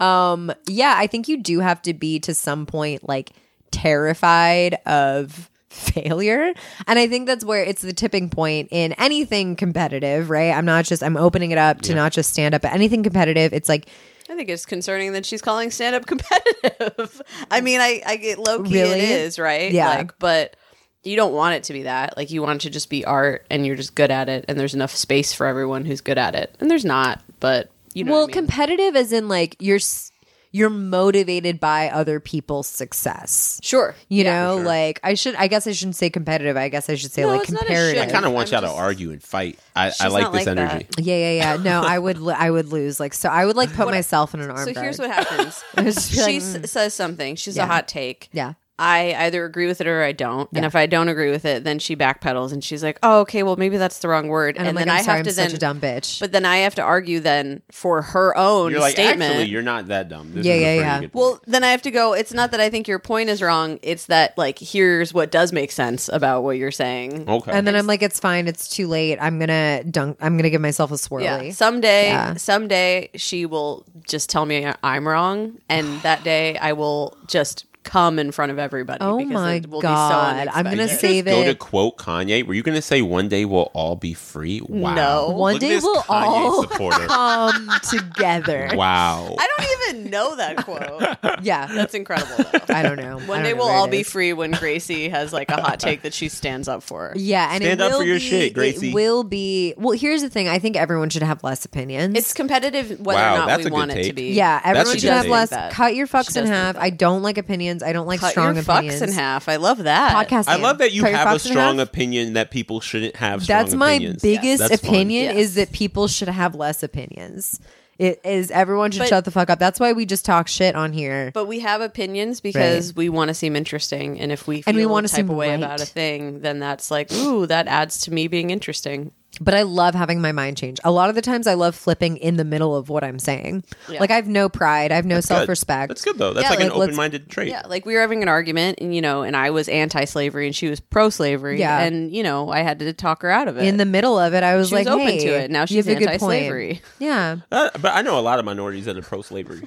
Um, yeah, I think you do have to be to some point like terrified of failure. And I think that's where it's the tipping point in anything competitive, right? I'm not just I'm opening it up to not just stand up, but anything competitive. It's like I think it's concerning that she's calling stand up competitive. I mean, I, I get low key Really? it is, right? Yeah. Like, but you don't want it to be that. Like, you want it to just be art and you're just good at it and there's enough space for everyone who's good at it. And there's not, but you know. well, what I mean? competitive as in like you're s- you're motivated by other people's success. sure. You know, like I should I guess I shouldn't say competitive. I guess I should say No, like it's not a comparative. shit. I kind of want I'm y'all to just- argue and fight. I, I She's like not this like that. energy. yeah, yeah, yeah. No, I would lo- I would lose. Like so I would like put myself in an arm So guard. here's what happens. Just be she like, mm. s- says something. She's a hot take. Yeah. I either agree with it or I don't. And if I don't agree with it, then she backpedals and she's like, "Oh, okay, well maybe that's the wrong word." And, And, I'm then like, I'm I sorry, have I'm to then such a dumb bitch. But then I have to argue then for her own You're like, statement. actually, you're not that dumb. This Yeah, is a yeah, pretty yeah. good point. well, then I have to go. It's not that I think your point is wrong. It's that like here's what does make sense about what you're saying. okay. and then I'm like, it's fine. It's too late. I'm gonna dunk. I'm gonna give myself a Yeah. swirly. Someday, Yeah. someday she will just tell me I'm wrong, and that day I will just come in front of everybody. oh because my it will god! Be so I'm gonna unexpected. save go to it. quote Kanye. Were you going to say one day we'll all be free? Wow. No. One Look at day this we'll Kanye all supporter. come Um, together. wow. I don't even know that quote. Yeah, That's incredible. Though. I don't know. I One don't day know we'll where all it be is. free when Gracie has like a hot take that she stands up for. Yeah, and Stand it up will for your be, shit, Gracie. It will be. Well, here's the thing. I think everyone should have less opinions. It's competitive whether Wow, or not that's we a good want it to take. be. yeah, everyone a should good have thing. less. That. Cut your She fucks does in think half. that. I don't like opinions. I don't like Cut strong your opinions. fucks in half. I love that. Podcast. I love that you Cut your have a fucks in strong half. opinion that people shouldn't have. Strong That's my opinions. biggest That's fun. opinion Yes. is that people should have less opinions. It is everyone should But- shut the fuck up. That's why we just talk shit on here. But we have opinions because we want to seem interesting, and if we feel And we want a to type seem of way right. about a thing, then that's like, ooh, that adds to me being interesting. But I love having my mind change. A lot of the times I love flipping in the middle of what I'm saying. Yeah. Like I have no pride, I have no Good. self-respect. That's good though. That's Yeah, like, like, an let's- open-minded trait. Yeah, like we were having an argument, and you know, and I was anti-slavery, and she was pro-slavery, Yeah. and you know, I had to talk her out of it. In the middle of it, I was She was like, open hey, to it. Now you she's have a good anti-slavery. point. Yeah. Uh, but I know a lot of minorities that are pro-slavery.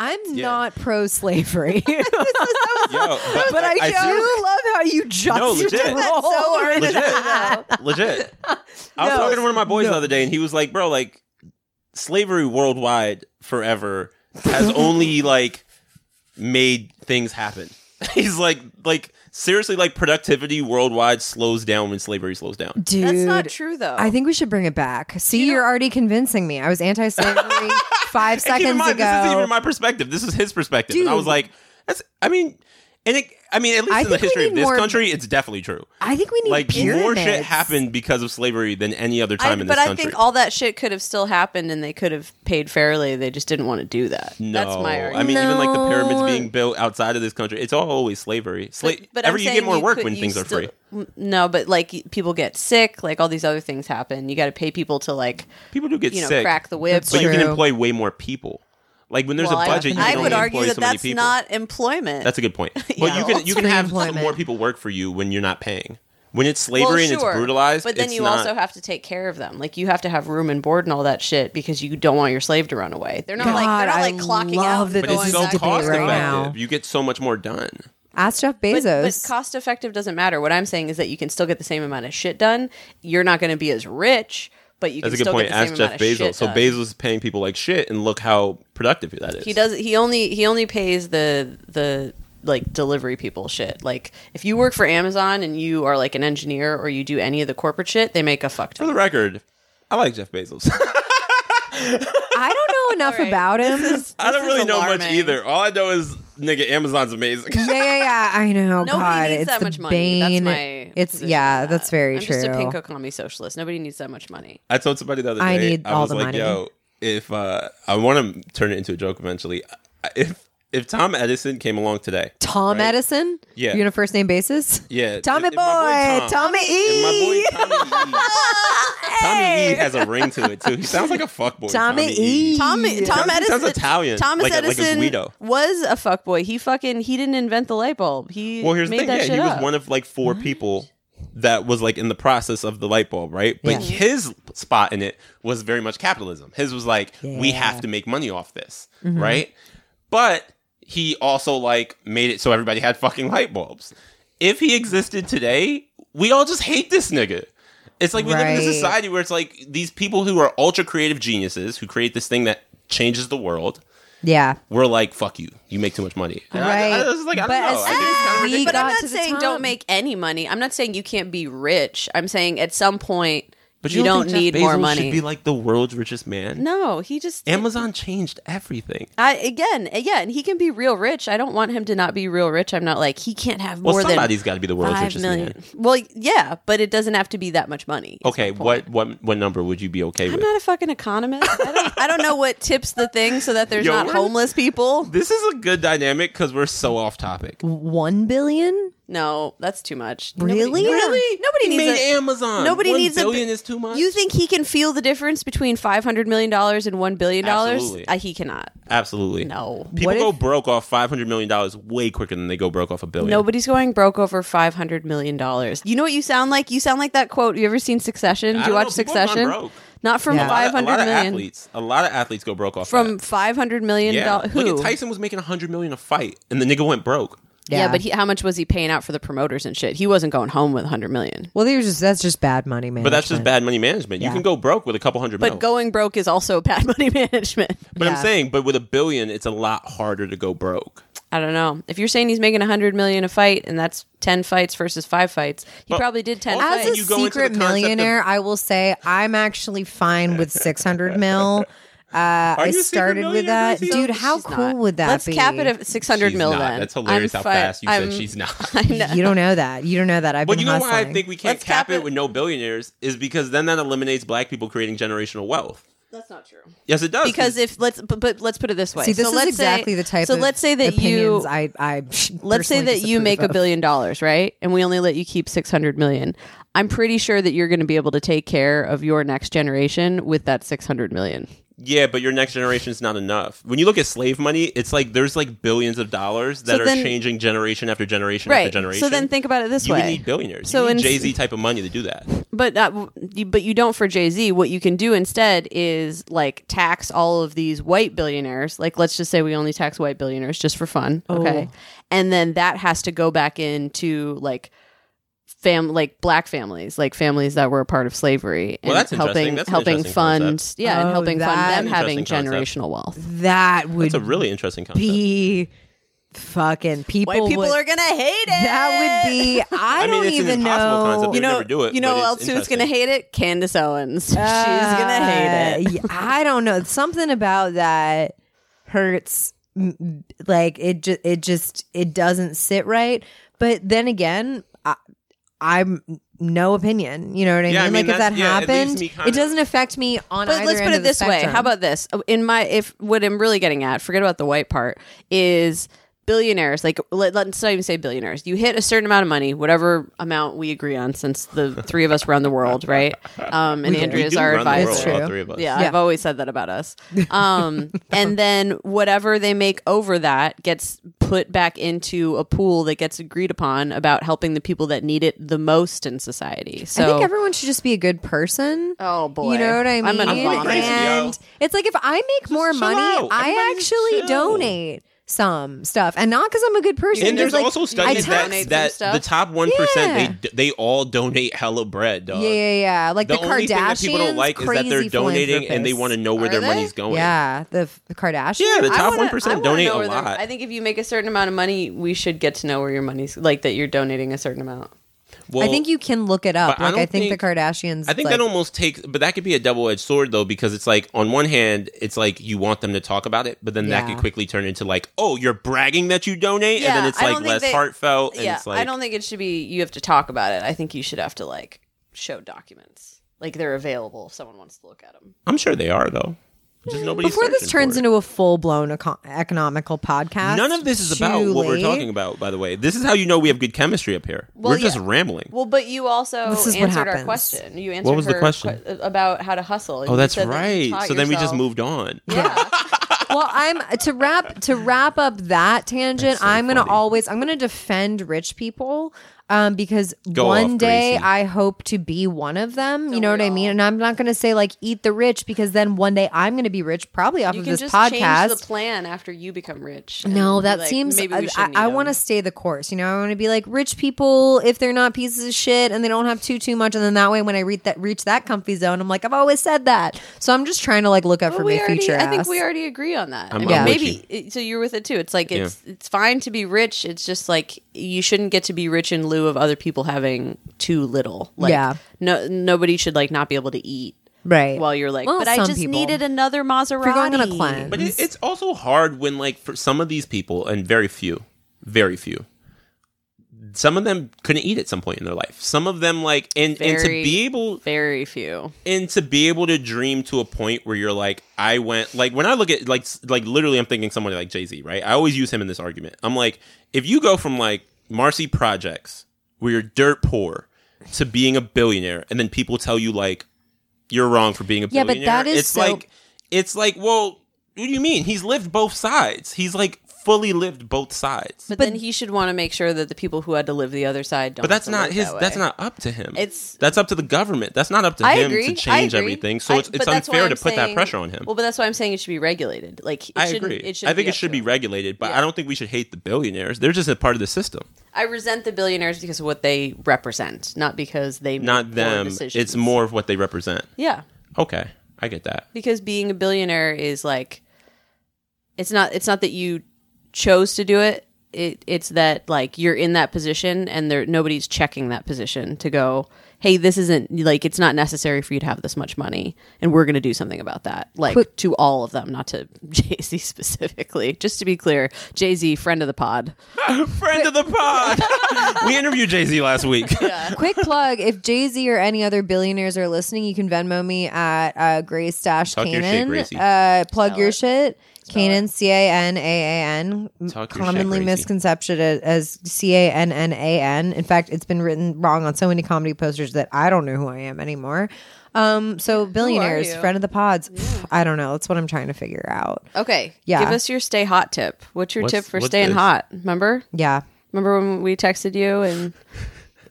I'm not pro slavery. Yo, but, but I, do love how you just No, legit. That's so rolled. hard. legit. legit. I was No. talking to one of my boys the other day, and he was like, "Bro, like slavery worldwide forever has only like made things happen." He's like, like seriously, like productivity worldwide slows down when slavery slows down. Dude. That's not true, though. I think we should bring it back. See, you are already convincing me. I was anti-slavery five And keep seconds in mind, ago. this isn't even my perspective. This is his perspective, and I was Dude. like, "That's." I mean, and it, I mean, at least I in the think we history of need this more- country, it's definitely true. I think we need Like pyramids. more shit happened because of slavery than any other I- time in but this I country. think all that shit could have still happened, and they could have paid fairly. They just didn't want to do that. No, That's my argument. I mean, even like the pyramids No. being built outside of this country, it's all always slavery. Sla- But- but ever I'm you get saying more work could- when you things are still- free. M- No, but like y- people get sick, like all these other things happen. You got to pay people to like People do get you know sick, crack the whip. That's but you can True. employ way more people. Like when there's Well, a I, budget, you I can would only argue employ that so many that's people. not employment. that's a good point. But Yeah. you can you can have Employment. more people work for you when you're not paying. When it's slavery and it's brutalized, But then it's you not- also have to take care of them. Like you have to have room and board and all that shit because you don't want your slave to run away. They're not like God, they're not I like clocking love out. that and But going this it's so is a back to debate cost work. right now. effective. You get so much more done. Ask Jeff But, but Bezos. cost effective doesn't matter. What I'm saying is that you can still get the same amount of shit done. You're not going to be as rich, but you That's a can good still point. get the Ask same Jeff amount of Bezos. shit So done. Bezos is paying people like shit, and look how productive that is. He does. He only he only pays the the like delivery people shit. Like if you work for Amazon and you are like an engineer or you do any of the corporate shit, they make a fuck For Oh ton. the record, I like Jeff Bezos. I don't know enough All right. about him. I This don't is really know much alarming. either. All I know is nigga, Amazon's amazing. yeah, yeah, yeah. I know. Nobody God, needs it's that the much money. bane. That's my. it's position yeah. on That's that. very I'm true. Just a pinko commie socialist. Nobody needs that much money. I told somebody the other day. I need all was the like, money. Yo, if uh, I want to turn it into a joke eventually, I- if if Tom Edison came along today, Tom right? Edison. Yeah. You're on a first name basis. yeah, Tommy if- boy, if my boy Tom- Tommy E. if my boy Tommy E. Tommy E has a ring to it too. He sounds like a fuckboy. Tommy E. Tom, Yeah. Tom Sounds- Edison sounds Italian, Thomas like a- like a Edison Guido. was a fuckboy. He fucking he didn't invent the light bulb. He Well, here's the made thing. that Yeah, shit he was up. one of like four people that was like in the process of the light bulb, right? But Yeah. his spot in it was very much capitalism. His was like, we have to make money off this, Mm-hmm. right? But he also like made it so everybody had fucking light bulbs. If he existed today, we all just hate this nigga. It's like we live in a Right. society where it's like these people who are ultra creative geniuses who create this thing that changes the world. Yeah. We're like, fuck you. You make too much money. And I- I, Right. was like, I don't But know. as Oh, I think it's kinda soon as we ridiculous. But I'm got not to the saying top. don't make any money. I'm not saying you can't be rich. I'm saying at some point But you, don't, need more money. Should be like the world's richest man. no, he just Amazon changed everything. I again, yeah, and he can be real rich. I don't want him to not be real rich. I'm not like he can't have Well, more than somebody's got to be the world's five richest million. man. Well, yeah, but it doesn't have to be that much money. is Okay, my point. what what what number would you be okay I'm with? not a fucking economist. I don't, I don't know what tips the thing so that there's Yo, not we're- homeless people. this is a good dynamic because we're so off topic. One billion. No, that's too much. Really? Nobody, Really? Nobody He needs made a, Amazon. Nobody One needs a billion bi- is too much. You think he can feel the difference between five hundred million dollars and one billion dollars? Absolutely. Uh, he cannot. Absolutely. No. People What go if- broke off five hundred million dollars way quicker than they go broke off a billion. Nobody's going broke over five hundred million dollars. You know what you sound like? You sound like that quote. You ever seen Succession? Do I you don't watch know, people have gone Succession? broke. Not from Yeah. A five a lot hundred of million. athletes. A lot of athletes go broke off From that. five hundred million yeah. dollars. Look Who? at Tyson was making a hundred million a fight, and the nigga went broke. Yeah, Yeah. but he, how much was he paying out for the promoters and shit? He wasn't going home with hundred million. Well, there's just that's just bad money, man. But that's just bad money management. You Yeah. can go broke with a couple hundred. But mil. going broke is also bad money management. But I'm Yeah. saying, but with a billion, it's a lot harder to go broke. I don't know. If you're saying he's making 100 million a fight and that's 10 fights versus 5 fights, he But- probably did 10 As As a fights. You go into the secret concept of- millionaire, I will say I'm actually fine with 600 mil. Uh, I you a secret started with millionaire, that, Gracie? dude. No, How She's cool not. would that Let's be? cap it at 600 She's mil not. then. That's hilarious I'm how fi- fast you I'm- said she's not. I know. You don't know that. You don't know that. I've But been you know why hustling. I think we can't Let's cap cap it it. with no billionaires is because then that eliminates black people creating generational wealth. That's not true. Yes, it does. Because if let's but, but let's put it this way. See, this so is let's say- exactly the type. So of let's say that opinions you I, I let's say personally that you disapprove make a of. billion dollars, right? And we only let you keep 600 million. I'm pretty sure that you're going to be able to take care of your next generation with that 600 million. yeah, but your next generation is not enough. When you look at slave money, it's like there's like billions of dollars that So are then- changing generation after generation after Right. generation. So then think about it this you way. would need billionaires. So So you in- need Jay Z type of money to do that. But uh, you- but you don't for Jay Z. What you can do instead is like tax all of these white billionaires. Like let's just say we only tax white billionaires just for fun, okay? And then that has to go back into like fam like black families, like families that were a part of slavery, and Well, that's interesting. helping That's an helping interesting fund concept. yeah, and Oh, helping that's fund an them having interesting concept. generational wealth. that would It's a really interesting concept. be fucking people. would, gonna hate it. that would be. I, I mean, don't it's an even impossible know. concept. you would know never do it, You know but who it's else who's gonna interesting. hate it? Candace Owens. She's gonna hate it. Uh, yeah, I don't know. Something about that hurts. m- m- Like it just, it just, it doesn't sit right. But then again, I, I'm no opinion. You know what I Yeah, I mean? mean, like if that's- that yeah, it leaves happened, me it, kinda- doesn't affect me on. But either let's put end it of the this way. spectrum. How about this? Oh, In my if what I'm really getting at, forget about the white part, is billionaires. Like let, let's not even say billionaires. You hit a certain amount of money, whatever amount we agree on, since the three of us run the world, right? Um, and We Andrea is do our run the advisor. world, True. all three of us. Yeah, Yeah. I've always said that about us. Um, and then whatever they make over that gets put back into a pool that gets agreed upon about helping the people that need it the most in society. So I think everyone should just be a good person. Oh, boy. you know what I I'm mean. an abomination. and it's like if I make more chill money, out. I Everybody just actually chill. donate. some stuff, and not because I'm a good person. And there's like, also I studies They tax- donate that, that some the stuff. top one Yeah. they they all donate hella bread, dog. yeah, yeah, yeah. Like the, The, only Kardashians, thing that people don't like is that they're donating and they want to know where Are their they? money's going. Yeah, the the Kardashians. Yeah, the I top wanna- one I percent wanna donate know a where they're- lot. I think if you make a certain amount of money, we should get to know where your money's like that you're donating a certain amount. well, I think you can look it up. but I Like I, don't think, think- the Kardashians. I think like, that almost takes, but that could be a double edged sword though, because it's like on one hand, it's like you want them to talk about it, but then that Yeah. could quickly turn into like, oh, you're bragging that you donate, Yeah, and then it's I don't like think less they- heartfelt. And yeah, it's like, I don't think it should be. You have to talk about it. I think you should have to like show documents, like they're available if someone wants to look at them. I'm sure they are though. Just nobody's Mm. before this searching turns for it. into a full blown eco- economical podcast. None of this is about what we're Julie. talking about, by the way. This is how you know we have good chemistry up here. Well, we're just yeah. rambling. Well, but you also This is what answered our happens. question. You answered was the her question? que- about how to hustle. and oh, you that's said that you right. taught So then we just yourself- moved on. Yeah. well i'm to wrap to wrap up that tangent so i'm gonna funny. always i'm gonna defend rich people um, because Go one off, day Gracie. I hope to be one of them. you Don't know what we I mean? all? And I'm not going to say like eat the rich because then one day I'm going to be rich, probably off You of can this just podcast. change the plan after you become rich. and No, be that like, seems. Maybe I, we shouldn't I eat 'em. want to stay the course. You know, I want to be like rich people if they're not pieces of shit and they don't have too too much, and then that way when I reach that reach that comfy zone, I'm like I've always said that. So I'm just trying to like look out for But we my already, future. I think ass. we already agree on that. i mean, I'm with maybe it- so. You're with it too. It's like it's it's fine to be rich. It's just like you shouldn't get to be rich in lieu of other people having too little. Like, Yeah. No, nobody should like not be able to eat right while you're like. Well, but I some just people. needed another Maserati. you're going on a cleanse. But it, it's also hard when, like, for some of these people, and very few, very few, some of them couldn't eat at some point in their life. Some of them, like, and, and to Very- be able Very few. and to be able to dream to a point where you're like, I went like when I look at like s- like literally, I'm thinking someone like Jay Z, right? I always use him in this argument. I'm like, if you go from like Marcy Projects, where you're dirt poor, to being a billionaire, and then people tell you like you're wrong for being a Yeah, but billionaire, that is it's so- like it's like, well, what do you mean? He's lived both sides. He's like fully lived both sides. But, But, then he should want to make sure that the people who had to live the other side don't. that's have to not live his. that way. that's not up to him. It's- that's up to the government. That's not up to I him agree. to I change agree. everything. So I- it's, it's but that's why unfair I'm to put that saying- pressure on him. Well, but that's why I'm saying it should be regulated. Like it I shouldn't- agree. It should I think be it up should to be him. regulated, but Yeah. I don't think we should hate the billionaires. They're just a part of the system, I resent the billionaires because of what they represent, not because they make not poor them. decisions. It's more of what they represent. yeah, Okay, I get that. because being a billionaire is like it's not it's not that you chose to do it. It it's that like you're in that position and there nobody's checking that position to go. Hey, this isn't like it's not necessary for you to have this much money, and we're going to do something about that. Like Quick- to all of them, not to Jay Z specifically. Just to be clear, Jay Z, friend of the pod. Friend of the pod. we interviewed Jay Z last week. Quick plug: If Jay Z or any other billionaires are listening, you can Venmo me at uh, Grace Dash Talk your shit, Canaan. Gracie. Uh, plug Spell your it. shit. Canaan, C A N A A N. Talk your shit, Commonly Gracie. misconception as- as C A N N A N. In fact, it's been written wrong on so many comedy posters that I don't know who I am anymore. Um, so billionaires, you? friend of the pods. Pff, I don't know. That's what I'm trying to figure out. Okay, Yeah. Give us your stay hot tip. What's your What's- tip for what's staying this? hot? Remember? Yeah, Remember when we texted you and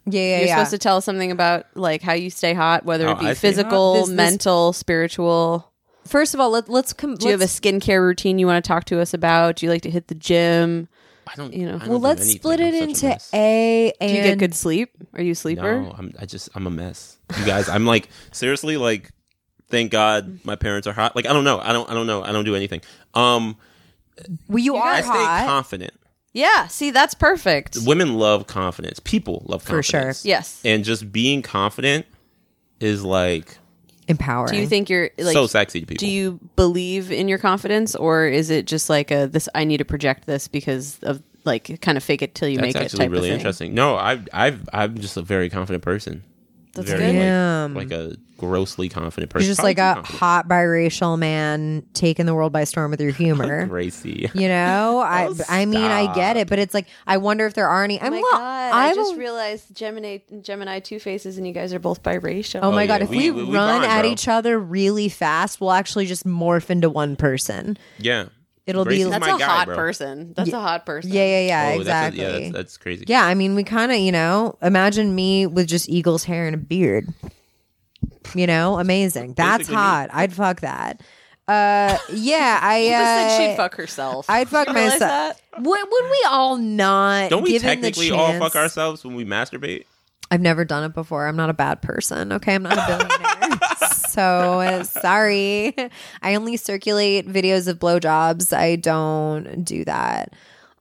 yeah, yeah. you're yeah. supposed to tell us something about like how you stay hot, whether How it be I stay hot? physical, This- this- mental, spiritual. First of all, let, let's come. Do you have a let's- skincare routine you want to talk to us about? Do you like to hit the gym? I don't. You know, I don't well, do let's anything. split I'm it such a into mess. A and Do you get good sleep? Are you a sleeper? No, I'm, I just I'm a mess. You guys, I'm like seriously like thank God my parents are hot. Like I don't know. I don't I don't know. I don't do anything. Um Well, you, are I stay hot. confident. Yeah. See, that's perfect. Women love confidence. People love For confidence. sure. Yes. And just being confident is like empowering. Do you think you're like? so sexy to people. do you believe in your confidence, or is it just like a this? I need to project this because of like kind of fake it till you That's make it actually type really of thing. interesting. No, I I I'm just a very confident person. That's very, good. Like, Damn. like a grossly confident person. You're just Probably like a confident. hot biracial man taking the world by storm with your humor. Gracie. You know, I Oh, I mean I get it, but it's like I wonder if there are any. I'm Oh my lo- god! I, I'm just a- realized Gemini, Gemini, Two Faces, and you guys are both biracial. oh my yeah, god, if we, we- we- we run bond, at bro. each other really fast, we'll actually just morph into one person. Yeah. It'll be- Gracie's That's that's my a guy, hot bro. person. That's a hot person. Yeah, yeah, yeah, Oh, exactly. That's a, yeah, that's, that's crazy. yeah, I mean, we kind of, you know, imagine me with just eagle's hair and a beard. You know, amazing. That's Basically me. hot. I'd fuck that. Uh, yeah, I uh, said she'd fuck herself. I'd fuck You realize myself. that? Would, would we all not? Don't we given technically the all chance- fuck ourselves when we masturbate? I've never done it before. I'm not a bad person. Okay, I'm not a billionaire. so uh, sorry. I only circulate videos of blowjobs. I don't do that.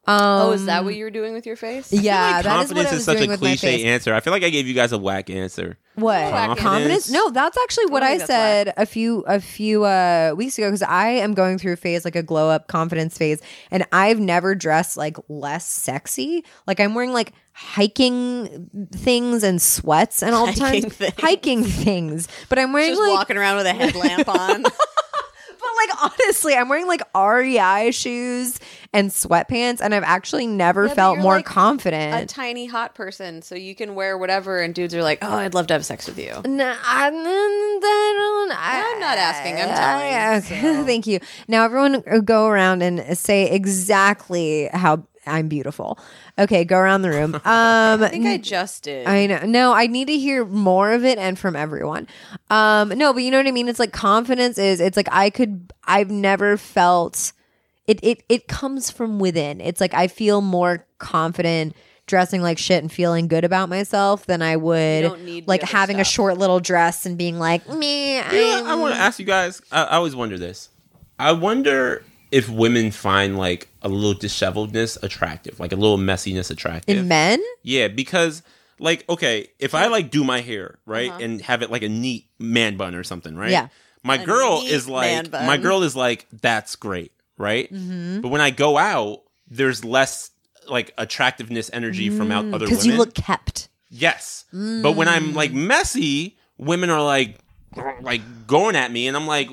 Um, Oh, is that what you were doing with your face? Yeah, that is Confidence what I is, was such doing a with my cliche face. answer. I feel like I gave you guys a whack answer. What Confidence. No, that's actually what I, think that's said a few a few uh, weeks ago because I am going through a phase like a glow up confidence phase, and I've never dressed like less sexy. Like I'm wearing like hiking things and sweats and all the time Hiking things. hiking things, but I'm wearing Just like walking around with a headlamp on. but like honestly, I'm wearing like REI shoes and sweatpants, and I've actually never but felt you're, more like, a confident. tiny hot person, so you can wear whatever, and dudes are like, "Oh, I'd love to have sex with you." No, I, I don't. I, I'm not asking, I'm telling, I- okay, Thank you. Now everyone, uh, go around and say exactly how I'm beautiful. Okay, go around the room. Um, I I think I just did. I know. No, I need to hear more of it and from everyone. Um, no, but you know what I mean? It's like confidence is it's like I could I've never felt it it it comes from within. It's like I feel more confident dressing like shit and feeling good about myself than I would You don't need the like other having a stuff. short little dress and being like, meh, You know I'm- what? I want to ask you guys. I, I always wonder this. I wonder if women find like a little disheveledness attractive, like a little messiness attractive. in men? Yeah, because like okay, if I like do my hair right and have it like a neat man bun or something, right? Yeah. My girl neat is man like bun. my girl is like that's great, right? But when I go out, there's less like attractiveness energy from out other Because women. you look kept. yes, but when I'm like Mm. messy, women are like like going at me, and I'm like,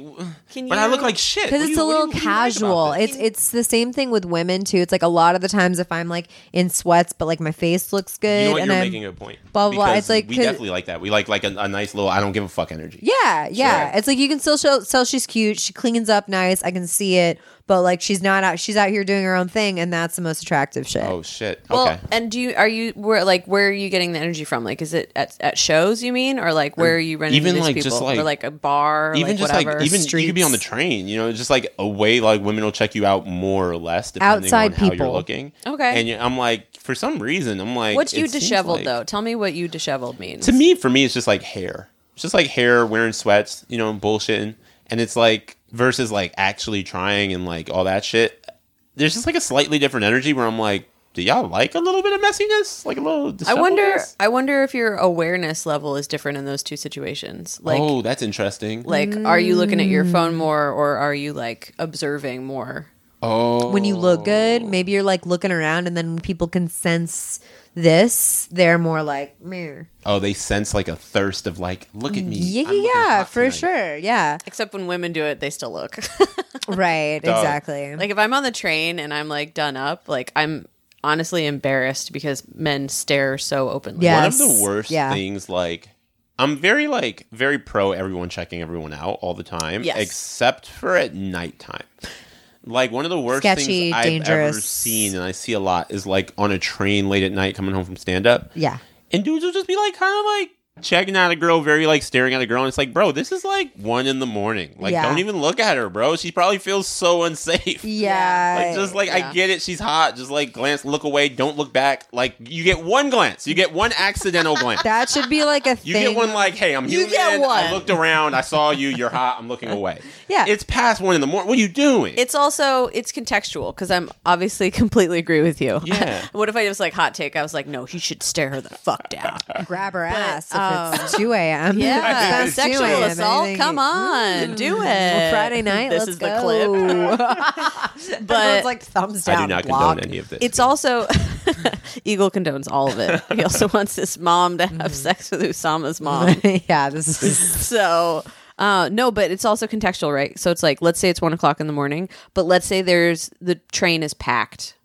Can but I you- look like shit because What do it's you- a what do you- little what do you like about casual. this? it's it's the same thing with women too. It's like a lot of the times if I'm like in sweats, but like my face looks good, You know what? and You're I'm making a point. blah, blah, blah. Because It's like- we definitely like that. We like like a, a nice little I don't give a fuck energy. yeah, yeah. Sure. It's like you can still show, tell she's cute. She cleans up nice. I can see it, but like she's not out. She's out here doing her own thing, and that's the most attractive shit. Oh shit. Well, okay. and do you are you where like where are you getting the energy from? Like, is it at, at shows? You mean, or like where are you running Um, into Even, these like, people? just, like- or like a bar? Or, even like, just whatever. like even you could be on the train, you know, just like a way like women will check you out more or less depending Outside on how you're people. looking. Okay. and you, I'm like, for some reason, I'm like, What's it you seems disheveled like- though? Tell me what you disheveled means. To me, for me, it's just like hair. It's just like hair, wearing sweats, you know, and bullshitting, and it's like versus like actually trying and like all that shit. There's just like a slightly different energy where I'm like, do y'all like a little bit of messiness, like a little? I wonder. disheveledness? I wonder if your awareness level is different in those two situations. Like, oh, Mm. that's interesting. like, are you looking at your phone more, or are you like observing more? oh, When you look good, maybe you're like looking around, and then when people can sense this, they're more like, Meh. oh, they sense like a thirst of like, look at me. yeah, I'm yeah, looking yeah, hot for tonight. sure, yeah, Except when women do it, they still look. right, Dog. exactly. Like if I'm on the train and I'm like done up, like I'm honestly embarrassed because men stare so openly. Yeah. one Yes. of the worst Yeah. things like i'm very like very pro everyone checking everyone out all the time Yes. except for at nighttime like one of the worst Sketchy, things i've ever dangerous. seen and i see a lot is like on a train late at night coming home from stand up yeah, and dudes will just be like kind of like checking at a girl very like staring at a girl and it's like bro this is like one in the morning like Yeah. don't even look at her bro she probably feels so unsafe yeah, like just like I yeah. get it, she's hot. Just like glance, look away, don't look back. Like you get one glance, you get one accidental glance. That should be like a thing. You get one like, hey, I'm You human. get I one. looked around, I saw you. You're hot. I'm looking away. Yeah. it's past one in the morning. What are you doing? It's also it's contextual because I'm obviously completely agree with you. Yeah. what if I just like hot take? I was like, no, he should stare her the fuck down. grab her ass if um, it's 2 a.m. yeah, It's past 2 sexual a.m., assault. anything. Come on, do it. Well, Friday night, This let's is go. the clip. Everyone's But- like thumbs down. I do not block. condone any of this. It's also Eagle condones all of it. He also wants his mom to Mm. have sex with Usama's mom. yeah, this is so uh, no but it's also contextual right so it's like let's say it's one o'clock in the morning but let's say there's the train is packed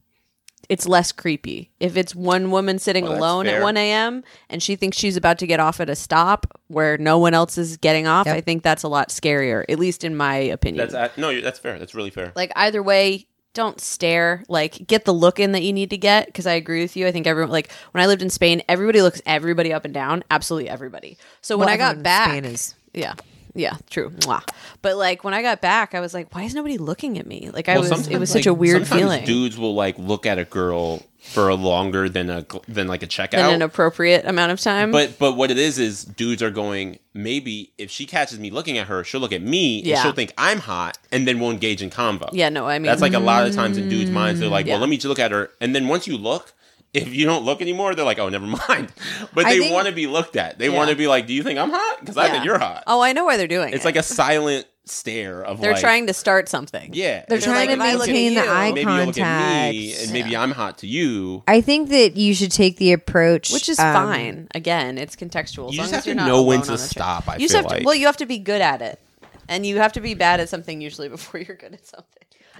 it's less creepy if it's one woman sitting Well, that's alone fair. at 1 a.m and she thinks she's about to get off at a stop where no one else is getting off Yep. i think that's a lot scarier at least in my opinion that's uh, no, that's fair. That's really fair. like either way don't stare like get the look in that you need to get because i agree with you i think everyone like when i lived in spain everybody looks everybody up and down absolutely everybody so when Well, i got everyone in back Spain is- yeah Yeah, true. Mwah. But like when I got back, I was like, why is nobody looking at me? Like I Well, was, it sometimes, was such like, a weird sometimes feeling. Dudes will like look at a girl for a longer than a gl- than like a than an checkout. appropriate amount of time. but but what it is is dudes are going maybe if she catches me looking at her she'll look at me and Yeah. she'll think I'm hot and then won't engage in convo. yeah, no, I mean, That's like a lot of times in dudes' minds they're like, yeah. well let me just look at her and then once you look if you don't look anymore they're like oh never mind. But I they think- want to be looked at. They Yeah. want to be like do you think I'm hot? Because I Yeah. think you're hot. oh, I know why they're doing It's it. like a silent stare of they're like, trying to start something. yeah They're it's trying like, to if you look at maintain the you, eye maybe you'll look at me contact. and maybe I'm hot to you. I think that you should take the approach, which is um, fine. Again, it's contextual. As You long just as have you're to not know when alone to on the trip. stop. I you just feel have like to, well, you have to be good at it, and you have to be bad at something usually before you're good at something.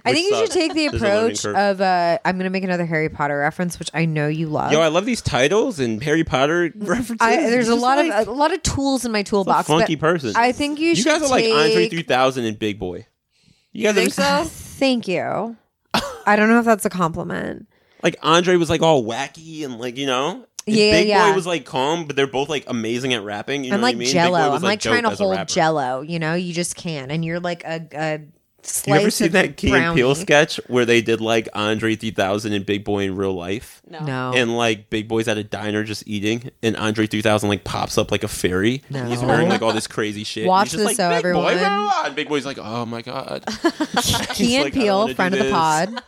I Which think you should sucks. take the There's a learning approach curve. of uh, I'm going to make another Harry Potter reference, which I know you love. Yo, I love these titles and Harry Potter references. I, there's a Just lot like- of a lot of tools in my toolbox. funky but person. I think you, you, should. guys are like Andre take- 3000 and Big Boy. You guys think are so? Thank you. I don't know if that's a compliment. like Andre was like all wacky and like you know. And Yeah, Big yeah. Boy was like calm, but they're both like amazing at rapping. You know I'm what like I mean? Big Jello. Boy was, I'm like dope trying to as a hold rapper. Jello. You know, you just can, and you're like a. a You slice ever seen of that Key and brownie. Peele sketch where they did like Andre 3000 and Big Boy in real life? No. No. And like Big Boy's at a diner just eating, and Andre 3000 like pops up like a fairy. No. He's wearing like all this crazy shit. and Watch he's just this, like, though, Big Boy, blah, everyone. blah, blah," And Big Boy's like, oh my god. Key and like, I don't wanna Peele, do friend of the this. pod.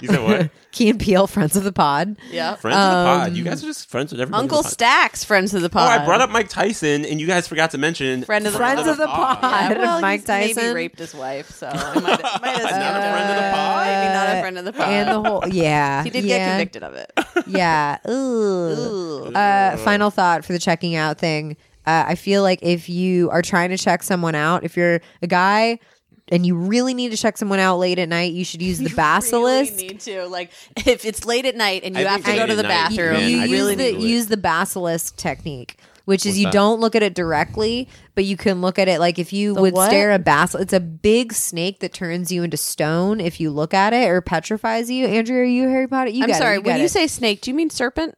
You said what? Key and Peele, friends of the pod. Yeah. Friends Um, of the pod. You guys are just friends with everybody. Uncle on the pod. Stacks, friends of the Oh, pod. I brought up Mike Tyson, and you guys forgot to mention friend of the Friends pod. of the pod. Yeah, well, Mike he's maybe Tyson. raped his wife, so I might, might have Not a snuck friend of the it. pod? Maybe not a friend of the pod. And the whole yeah, he did yeah, get convicted of it. Yeah. Ooh. Ooh. Uh, final thought for the checking out thing. Uh, I feel like if you are trying to check someone out, if you're a guy and you really need to check someone out late at night, you should use the basilisk. Really need to like if it's late at night and you I have think to late go to at the night, bathroom. man, you I use, really the, need to- use the basilisk technique, which is you that? don't look at it directly, but you can look at it like if you would what? stare a basilisk. It's a big snake that turns you into stone if you look at it or petrifies you. Andrew, are you Harry Potter? You I'm got it, sorry. you when got you it. say snake, do you mean serpent?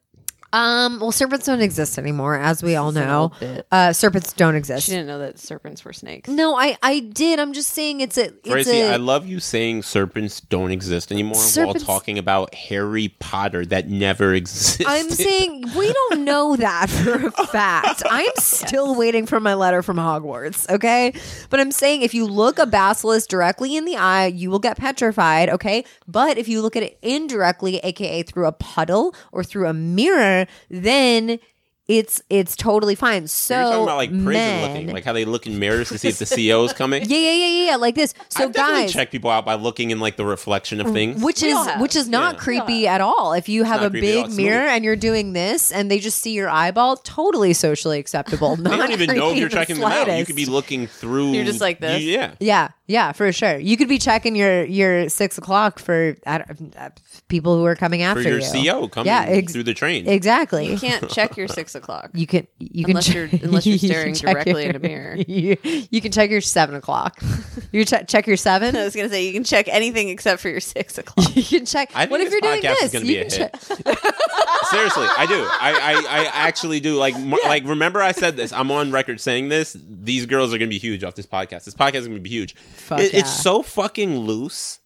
um, well, serpents don't exist anymore, as we all know. old bit. Uh, serpents don't exist. She didn't know that serpents were snakes. No, I I did. I'm just saying it's a it's Gracie, a I love you saying serpents don't exist anymore Serpents- while talking about Harry Potter that never existed. I'm saying we don't know that for a fact. I'm still waiting for my letter from Hogwarts, okay? But I'm saying if you look a basilisk directly in the eye, you will get petrified, okay? But if you look at it indirectly, aka through a puddle or through a mirror, then it's it's totally fine. So You're talking about like prison men- looking, like how they look in mirrors to see if the CO's coming. yeah, yeah, yeah, yeah, yeah, like this. So I've definitely guys, check people out by looking in like the reflection of things. which We all is have. which is not creepy at all. If you have not a creepy at all. big It's mirror normal. and you're doing this, and they just see your eyeball, totally socially acceptable. Not they don't even know if creepy you're in the checking them out. You could be slightest. looking through. You're just like this. You- yeah. Yeah, yeah, for sure. You could be checking your your six o'clock for I don't, uh, people who are coming For after your you. CO coming Yeah, ex- through the train. Exactly. You can't check your six o'clock. You can you can Unless check- you're- unless you're you can staring check directly your- in a mirror. You, you can check your seven o'clock. You check check your seven. I was gonna say you can check anything except for your six o'clock. You can check. I think what if this you're doing podcast this? is going to You be a can hit. Seriously, I do. I, I, I actually do. Like, m- like remember I said this. I'm on record saying this. These girls are going to be huge off this podcast. This podcast is going to be huge. It- yeah. It's so fucking loose.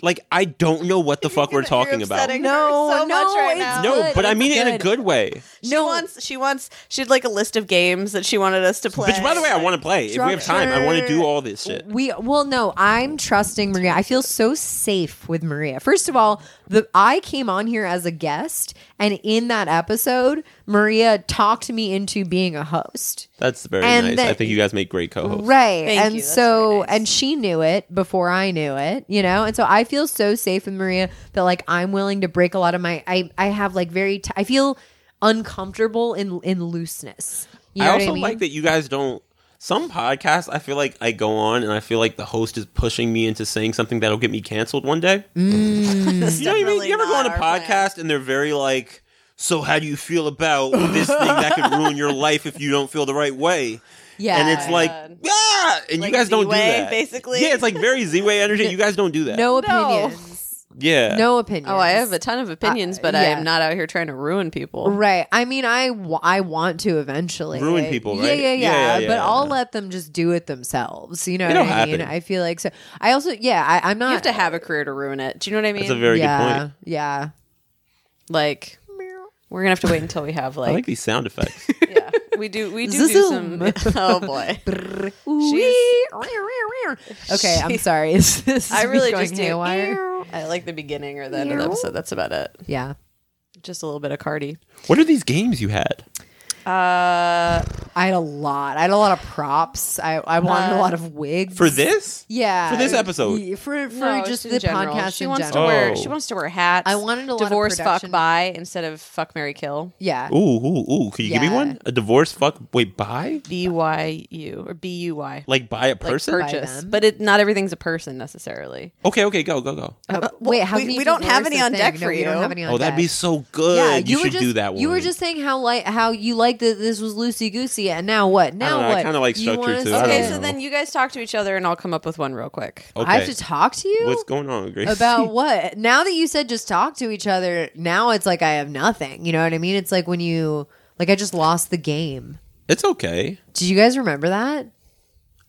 Like, I don't know what the fuck we're talking about. upsetting No, her so no, much right it's now. good. No, but I It's mean it in a good. good way. She wants. She wants. She had like a list of games that she wanted us to play. Which, by the way, I want to play. If we have time, I want to do all this shit. We well, no, I'm trusting Maria. I feel so safe with Maria. First of all, the I came on here as a guest, and in that episode, Maria talked me into being a host. That's very And nice. the- I think you guys make great co-hosts. Right. Thank and you. That's so very nice. and she knew it before I knew it, you know? And so I feel so safe with Maria that like I'm willing to break a lot of my I I have like very t- I feel uncomfortable in in looseness. You know I what also I mean? like that you guys don't. Some podcasts, I feel like I go on and I feel like the host is pushing me into saying something that'll get me canceled one day. to. Mm. You know what I mean? You ever go on a podcast and they're very like, "So how do you feel about this thing that could ruin your life if you don't feel the right way?" yeah. and it's like, God. ah, and Like you guys don't do Z-Way, that. basically? yeah, it's like very Z-way energy. You guys don't do that. No. no opinions. Yeah. No opinions. Oh, I have a ton of Uh, opinions, but I yeah. am not out here trying to ruin people. Right. I mean, I wa- I want to eventually Ruin people, Yeah, right? yeah, yeah. Yeah, yeah, but yeah, I'll yeah. let them just do it themselves. You know It'll what I mean? happen. I feel like so. I also, yeah, I, I'm not. You have to have a career to ruin it. Do you know what I mean? That's a very yeah, good point. Yeah. like we're gonna have to wait until we have I like, like these sound effects. yeah we do we do do some Zoom. oh boy Wee. okay, I'm sorry. Is this I really going just do haywire? I like the beginning or the end of the episode that's about it Yeah. just a little bit of Cardi what are these games you had? uh I had a lot. I had a lot of props. I, I wanted a lot of wigs. For this? Yeah. For this episode? Yeah, For, for no, just in the general. podcast she in wants general. to wear Oh. she wants to wear hats I wanted a lot of divorce production. fuck bye instead of fuck Mary kill Yeah. Ooh, ooh, ooh. Could you give Yeah. me one? A divorce? Fuck. Wait, buy? B Y U or B U Y Like buy a person? per- purchase them. but it not everything's a person necessarily okay, okay, go, go, go. Uh, Wait, how we- many we don't have divorces any on then? deck No, for we don't you. have any on Oh, that'd be deck. so good. you, were should just, do that one. You were just saying how like how you like that this was loosey goosey, and now what? Now know, I what? kinda like You structure, wanna too. I say- okay don't so know. Oh. then you guys talk to each other and I'll come up with one real quick Okay. I have to talk to you What's going on, Grace? about what? Now that you said just talk to each other, now it's like I have nothing. You know what I mean? It's like when you like I just lost the game. it's okay. Did you guys remember that?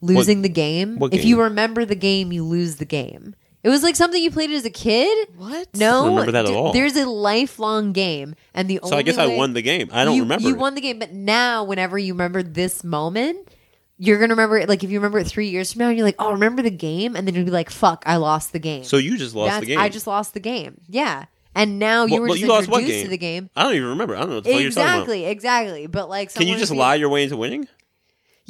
Losing the game. what If you game? remember the game, you lose the game. It was like something you played as a kid. what No, remember that at d- all. There's a lifelong game, and the So only I guess way- I won the game. I don't you, remember. You it. won the game, but now whenever you remember this moment, you're gonna remember it. Like if you remember it three years from now, and you're like, "Oh, remember the game," and then you'll be like, "Fuck, I lost the game." so you just lost That's, the game. I just lost the game. Yeah, and now you Well, were well, just you lost what introduced game? to the game. I don't even remember. I don't know what the fuck you're talking about. Exactly, exactly. But like, Can you someone just would be- lie your way into winning?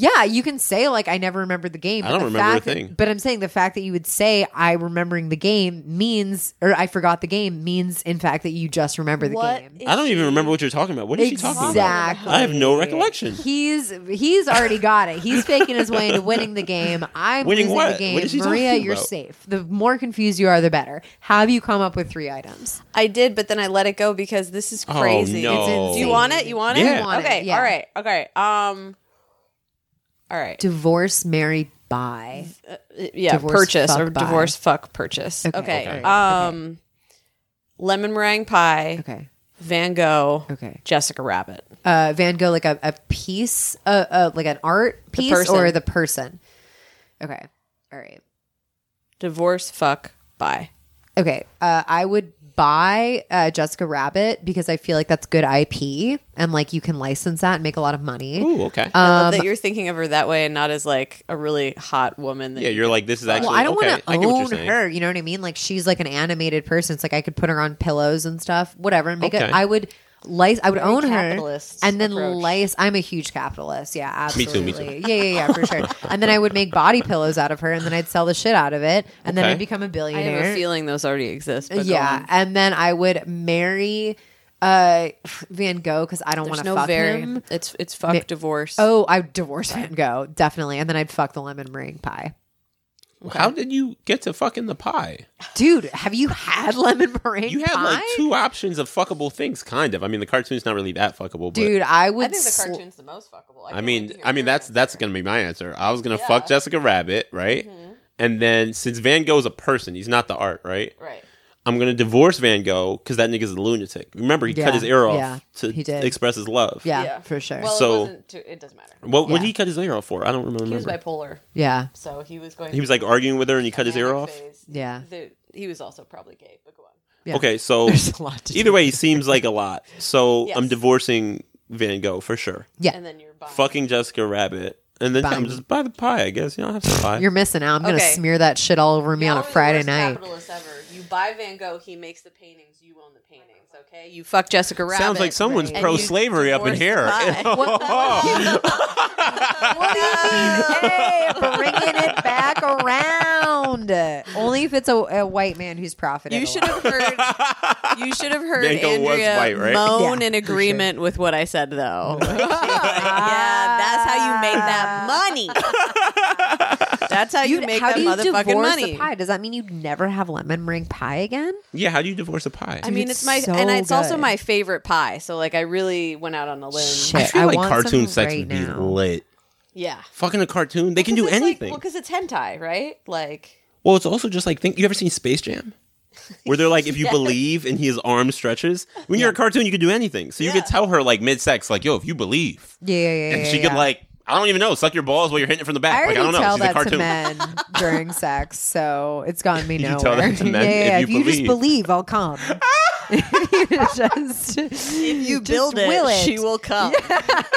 Yeah, you can say like, "I never remembered the game." I but don't the remember a fact that- thing. but I'm saying the fact that you would say, "I remembering the game" means, or "I forgot the game" means, in fact, that you just remember the game. I don't even remember what you're talking about. What is she talking about? Exactly. I have no recollection. He's he's already got it. He's faking his way into winning the game. I'm Winning losing what? the game. What is she Maria, talking you're about? safe. The more confused you are, the better. How have you come up with three items? I did, but then I let it go because this is Oh, crazy. no. It's Do you want it? You want it? Yeah. Want it, okay. yeah. All right. Okay. Um. All right. Divorce, marry, buy. yeah. divorce, purchase fuck, or buy. divorce. Fuck. Purchase. Okay. okay, Um. Lemon meringue pie. Okay. Van Gogh. Okay. Jessica Rabbit. Uh, Van Gogh, like a, a piece, uh, uh, like an art piece person. or the person. Okay. All right. Divorce. Fuck. Buy. Okay. Uh, I would buy uh, Jessica Rabbit because I feel like that's good IP and like you can license that and make a lot of money. Ooh, okay. Um, I love that you're thinking of her that way and not as like a really hot woman. That yeah, you're like this is actually. well, I don't okay, I want get what you're to own saying. her. You know what I mean? Like she's like an animated person. It's like I could put her on pillows and stuff, whatever. And make it. Okay. I would lice. I would own her, capitalist and then approach. lice. I'm a huge capitalist. Yeah, Me absolutely. too, me too. Yeah, yeah, yeah, for sure. and then I would make body pillows out of her, and then I'd sell the shit out of it, and then Okay. I'd become a I billionaire. have a feeling those already exist. But yeah, yeah. and then I would marry uh Van Gogh because I don't There's want to no fuck very. him. It's it's fuck divorce. Oh, I'd divorce Van Gogh definitely, and then I'd fuck the lemon meringue pie. How did you get to fucking the pie? Dude, have you had lemon meringue? You had pie? like two options of fuckable things, kind of. I mean, the cartoon's not really that fuckable, but Dude, I would. I think the sl- cartoon's the most fuckable. I mean, I mean that's that's gonna be my answer. I was gonna fuck Jessica Rabbit, right? Mm-hmm. And then since Van Gogh's a person, he's not the art, right? right. I'm gonna divorce Van Gogh because that nigga's a lunatic. Remember, he Yeah, cut his ear off yeah, to he did. express his love. Yeah, for sure. Well, So- it, wasn't too, it doesn't matter. What what Yeah. did he cut his ear off for? I don't remember. He was bipolar, yeah, so he was going. He was, like arguing with her and he cut his ear off. yeah, The, he was also probably gay, but go on. yeah. Okay, so a lot to either way, he seems like a lot. So Yes. I'm divorcing Van Gogh for sure. Yeah. And then you're bi. Fucking Jessica Rabbit, and then Bye. I'm just buy the pie. I guess you don't have to buy. You're missing out. I'm gonna Okay. smear that shit all over me Y'all on are a the Friday worst night. Capitalists ever. You buy Van Gogh, he makes the paintings. You own the paintings. Okay. You fuck Jessica Rabbit. Sounds like someone's and you pro slavery up in divorce here. the pie. hey, bringing it back around. Only if it's a, a white man who's profiting. You should have heard. You should have heard Van Gogh was Andrea white, right? moan Yeah, in for agreement with what I said, though. She's like, yeah, that's how you make that money. That's how you make how that do you motherfucking divorce money. the pie? Does that mean you'd never have lemon meringue pie again? yeah, how do you divorce a pie? I mean, it's it's my so and it's also good. my favorite pie. So like, I really went out on a limb. Shit. I feel I like want cartoon some sex right would be now. lit. Yeah, Fucking a cartoon, they can do Because it's like- anything. well, because it's hentai, right? Like, well, it's also just like think. You ever seen Space Jam? where they're like, if you believe, and his arm stretches. When you're a cartoon, you could do anything. So you could tell her like mid sex, like, yo, if you believe, Yeah, yeah, yeah. and she yeah, could yeah. like, I don't even know, suck your balls while you're hitting it from the back. I like already I don't know. tell She's that a to cartoon. men during sex, so it's gotten me You nowhere. tell that to men yeah, yeah, if if you you just believe. believe, I'll come. you just, if You build it, will she will come.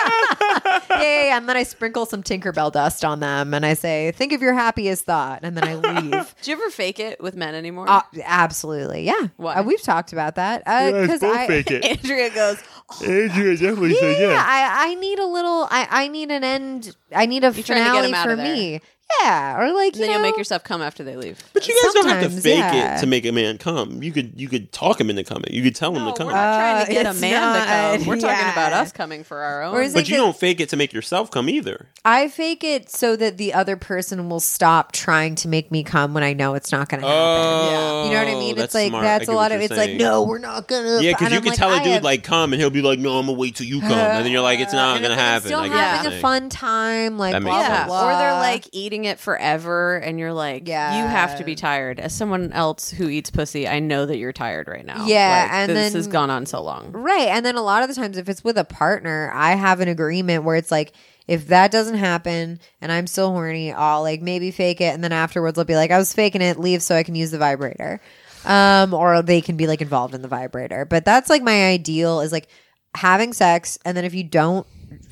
Yeah, yeah, yeah, and then I sprinkle some Tinkerbell dust on them, and I say, "Think of your happiest thought," and then I leave. Do you ever fake it with men anymore? Uh, absolutely, yeah. Why? Uh, we've talked about that because I it. Andrea goes, Andrea definitely yeah, I, I need a little. I, I need an end. I need trying a to get finale him out for of there. me. Yeah, or like and you then know, you'll make yourself come after they leave. But you guys don't have to Sometimes, fake yeah. it to make a man come. You could you could talk him into coming. You could tell him No, to we're come. not trying to Uh, get a it's man not. to come. We're talking Yeah. about us coming for our own. Or is it- but you that- don't fake it to make yourself come either. I fake it so that the other person will stop trying to make me come when I know it's not going to happen. Oh, you know what I mean? that's It's like smart. I that's get a what lot of. you're It's saying. like no, we're not gonna. Yeah, and because you I'm could tell I a dude have- like come, and he'll be like, "No, I'm gonna wait till you come," and then you're like, "It's not and gonna then I'm happen." Still I get what having you're a saying. fun time, like That makes blah, sense. yeah, blah, blah. or they're like eating it forever, and you're like, Yeah. you have to be tired. As someone else who eats pussy, I know that you're tired right now. Yeah, Like, and this then- has gone on so long. Right. And then a lot of the times, if it's with a partner, I have an agreement where it's like, if that doesn't happen and I'm still horny, I'll like maybe fake it. And then afterwards, I'll be like, I was faking it, leave so I can use the vibrator. Um, or they can be like involved in the vibrator. But that's like my ideal is like having sex. And then if you don't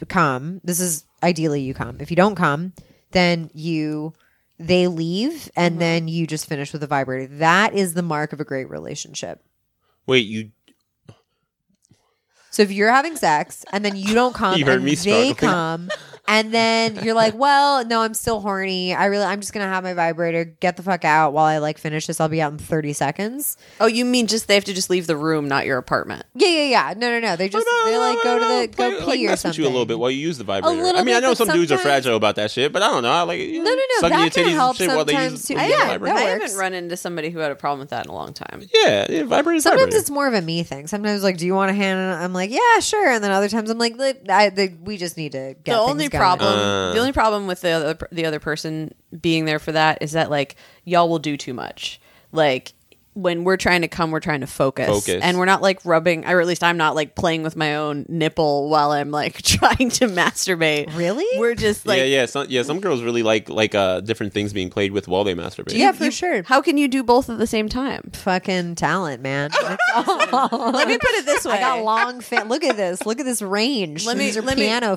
come, this is ideally you come. If you don't come, then you. They leave and then you just finish with a vibrator. That is the mark of a great relationship. Wait, you So if you're having sex and then you don't come, You heard and me they struggling. come, and then you're like, "Well, no, I'm still horny. I really, I'm just gonna have my vibrator. Get the fuck out while I like finish this. I'll be out in 30 seconds." Oh, you mean just they have to just leave the room, not your apartment? Yeah, yeah, yeah. No, no, no. They just they like go to the Play- go pee like, or mess with something. you a little bit while you use the vibrator. little I mean, I bit, know but some dudes are sometimes- fragile about that shit, but I don't know. I like you No, no, no, sucking that your can titties help and shit while they sometimes use, too. use Yeah, the vibrator. I that works. haven't run into somebody who had a problem with that in a long time. Yeah, yeah, vibrator. Sometimes vibrator. it's more of a me thing. Sometimes like, do you want a hand? And I'm like, yeah, sure. And then other times I'm like, "Look, I, the, we just need to get the only things going." problem Uh. the only problem with the other, the other person being there for that is that like y'all will do too much like when we're trying to come we're trying to focus, Focus. and we're not like rubbing or at least i'm not like playing with my own nipple while i'm like trying to masturbate Really? we're just like yeah, yeah, some, yeah. Some girls really like like uh, different things being played with while they masturbate. Yeah, for sure. how can you do both at the same time Fucking talent, man. let me put it this way I got long fit. Look at this. Look at this range. Let me- These are let me- piano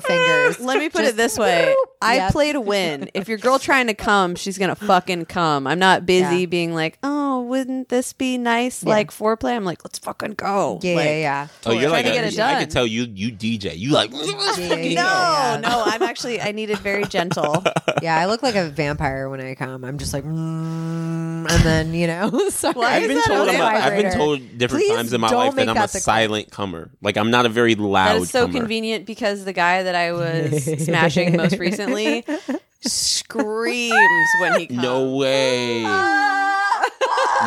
fingers. Let me put it this way. I Yep. play to win. If your girl trying to come, she's gonna fucking come. I'm not busy Yeah. being like, oh, wouldn't this be nice? Like foreplay. I'm like, let's fucking go. Yeah, Like, yeah, yeah. Oh, you're Trying like to a- get it I done. could tell you you DJ. You like yeah, yeah, yeah. No, no, I'm actually I needed very gentle. uh. Yeah, I look like a vampire when I come. I'm just like, mm, and then you know, sorry. Why I've is been that told a I'm a, I've been vibrator? told different Please times in my don't life make that I'm that a the claim. silent comer. Like I'm not a very loud That is so comer. convenient because the guy that I was smashing most recently screams when he comes. No way.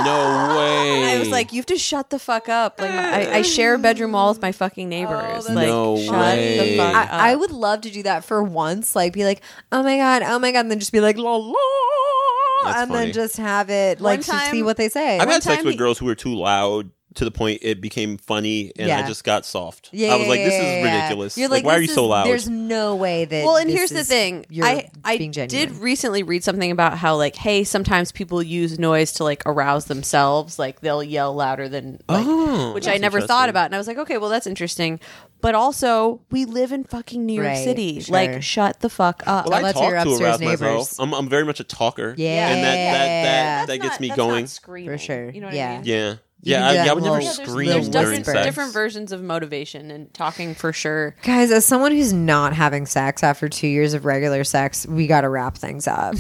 no I way. was like, you have to shut the fuck up. Like, I, I share a bedroom wall with my fucking neighbors. Oh, that's like, No shut way. the fuck up. I, I would love to do that for once. Like, be like, oh my god, oh my god, and then just be like, la la, That's and funny. then just have it One like to time- see what they say. I've one had sex time with he- girls who were too loud to the point it became funny, and Yeah. I just got soft. yeah, I was yeah, like, this yeah, is yeah, yeah. ridiculous. You're like, why are this you so is- loud? There's no way that. Well, and this here's the is- thing. you're I I being did genuine. recently read something about how like, hey, sometimes people use noise to like arouse themselves. Like they'll yell louder than like, Oh, which that's I never interesting. thought about. And I was like, okay, well that's interesting. But also, we live in fucking New York Right, City. sure. Like, shut the fuck up. well, Tell I that to your talk to upstairs arouse neighbors. myself. I'm, I'm very much a talker. Yeah. and that that Yeah. that, that gets me going. For sure. You know what Yeah. I mean? Oh, You can Yeah, yeah. do I, that yeah, I would never little- scream little during different, whisper. sex. different versions of motivation and talking for sure. Guys, as someone who's not having sex after two years of regular sex, we got to wrap things up.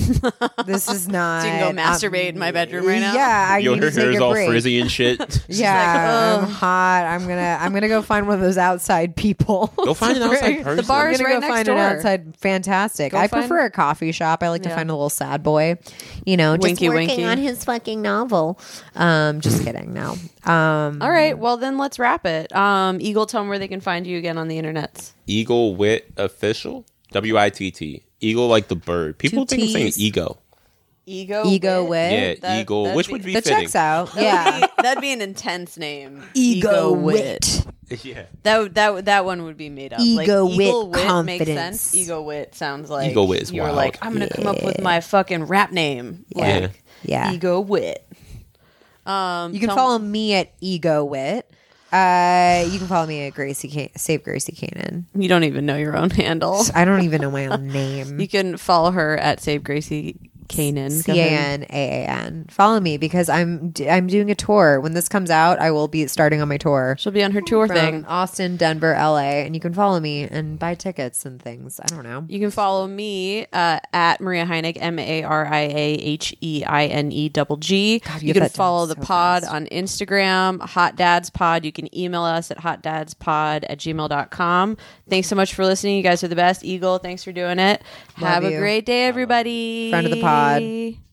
this is not. So you can go masturbate in my bedroom right now? um, Yeah, I Yo, need her to take hair is a all break. frizzy and shit. Yeah, like, I'm hot. I'm gonna I'm gonna go find one of those outside people. Go find an outside person. The bar I'm is gonna right go next find door. an outside. Fantastic. Go I find- prefer a coffee shop. I like to Yeah. find a little sad boy. You know, just Winky, working winky. on his fucking novel. Um, just kidding. No. Um, All right, well then let's wrap it. Um, Eagle, tell them where they can find you again on the internet. Eagle Wit Official. W I T T. Eagle like the bird. People Two think I'm saying Ts. ego. Ego. Ego Wit? Wit. Yeah, That- Eagle, that'd which be- would be That fitting. checks out. That'd Yeah. be- that'd be an intense name. Wit. Yeah, That would- that would- that one would be made up. Ego like, Eagle Wit Wit makes confidence. sense. Ego wit sounds like Ego Wit is you're wild. like I'm gonna come up with my fucking rap name. Yeah. Like, Yeah. Ego wit. Um, You can tell- follow me at Ego Wit. Uh, you can follow me at Gracie Can- Save Gracie Cannon. You don't even know your own handle. I don't even know my own name. You can follow her at Save Gracie Kanan. Go C A ahead. N A A N. Follow me because I'm d- I'm doing a tour. When this comes out, I will be starting on my tour She'll be on her tour from thing. Austin, Denver, L.A. And you can follow me and buy tickets and things. I don't know. You can follow me uh, at Maria Heineck, M A R I A H E I N E double G. God, you You get can that down follow the so pod fast. on Instagram, Hot Dads Pod. You can email us at hotdadspod at gmail.com. Thanks so much for listening. You guys are the best. Eagle, thanks for doing it. Have you. a great day, everybody. Friend of the pod. pod.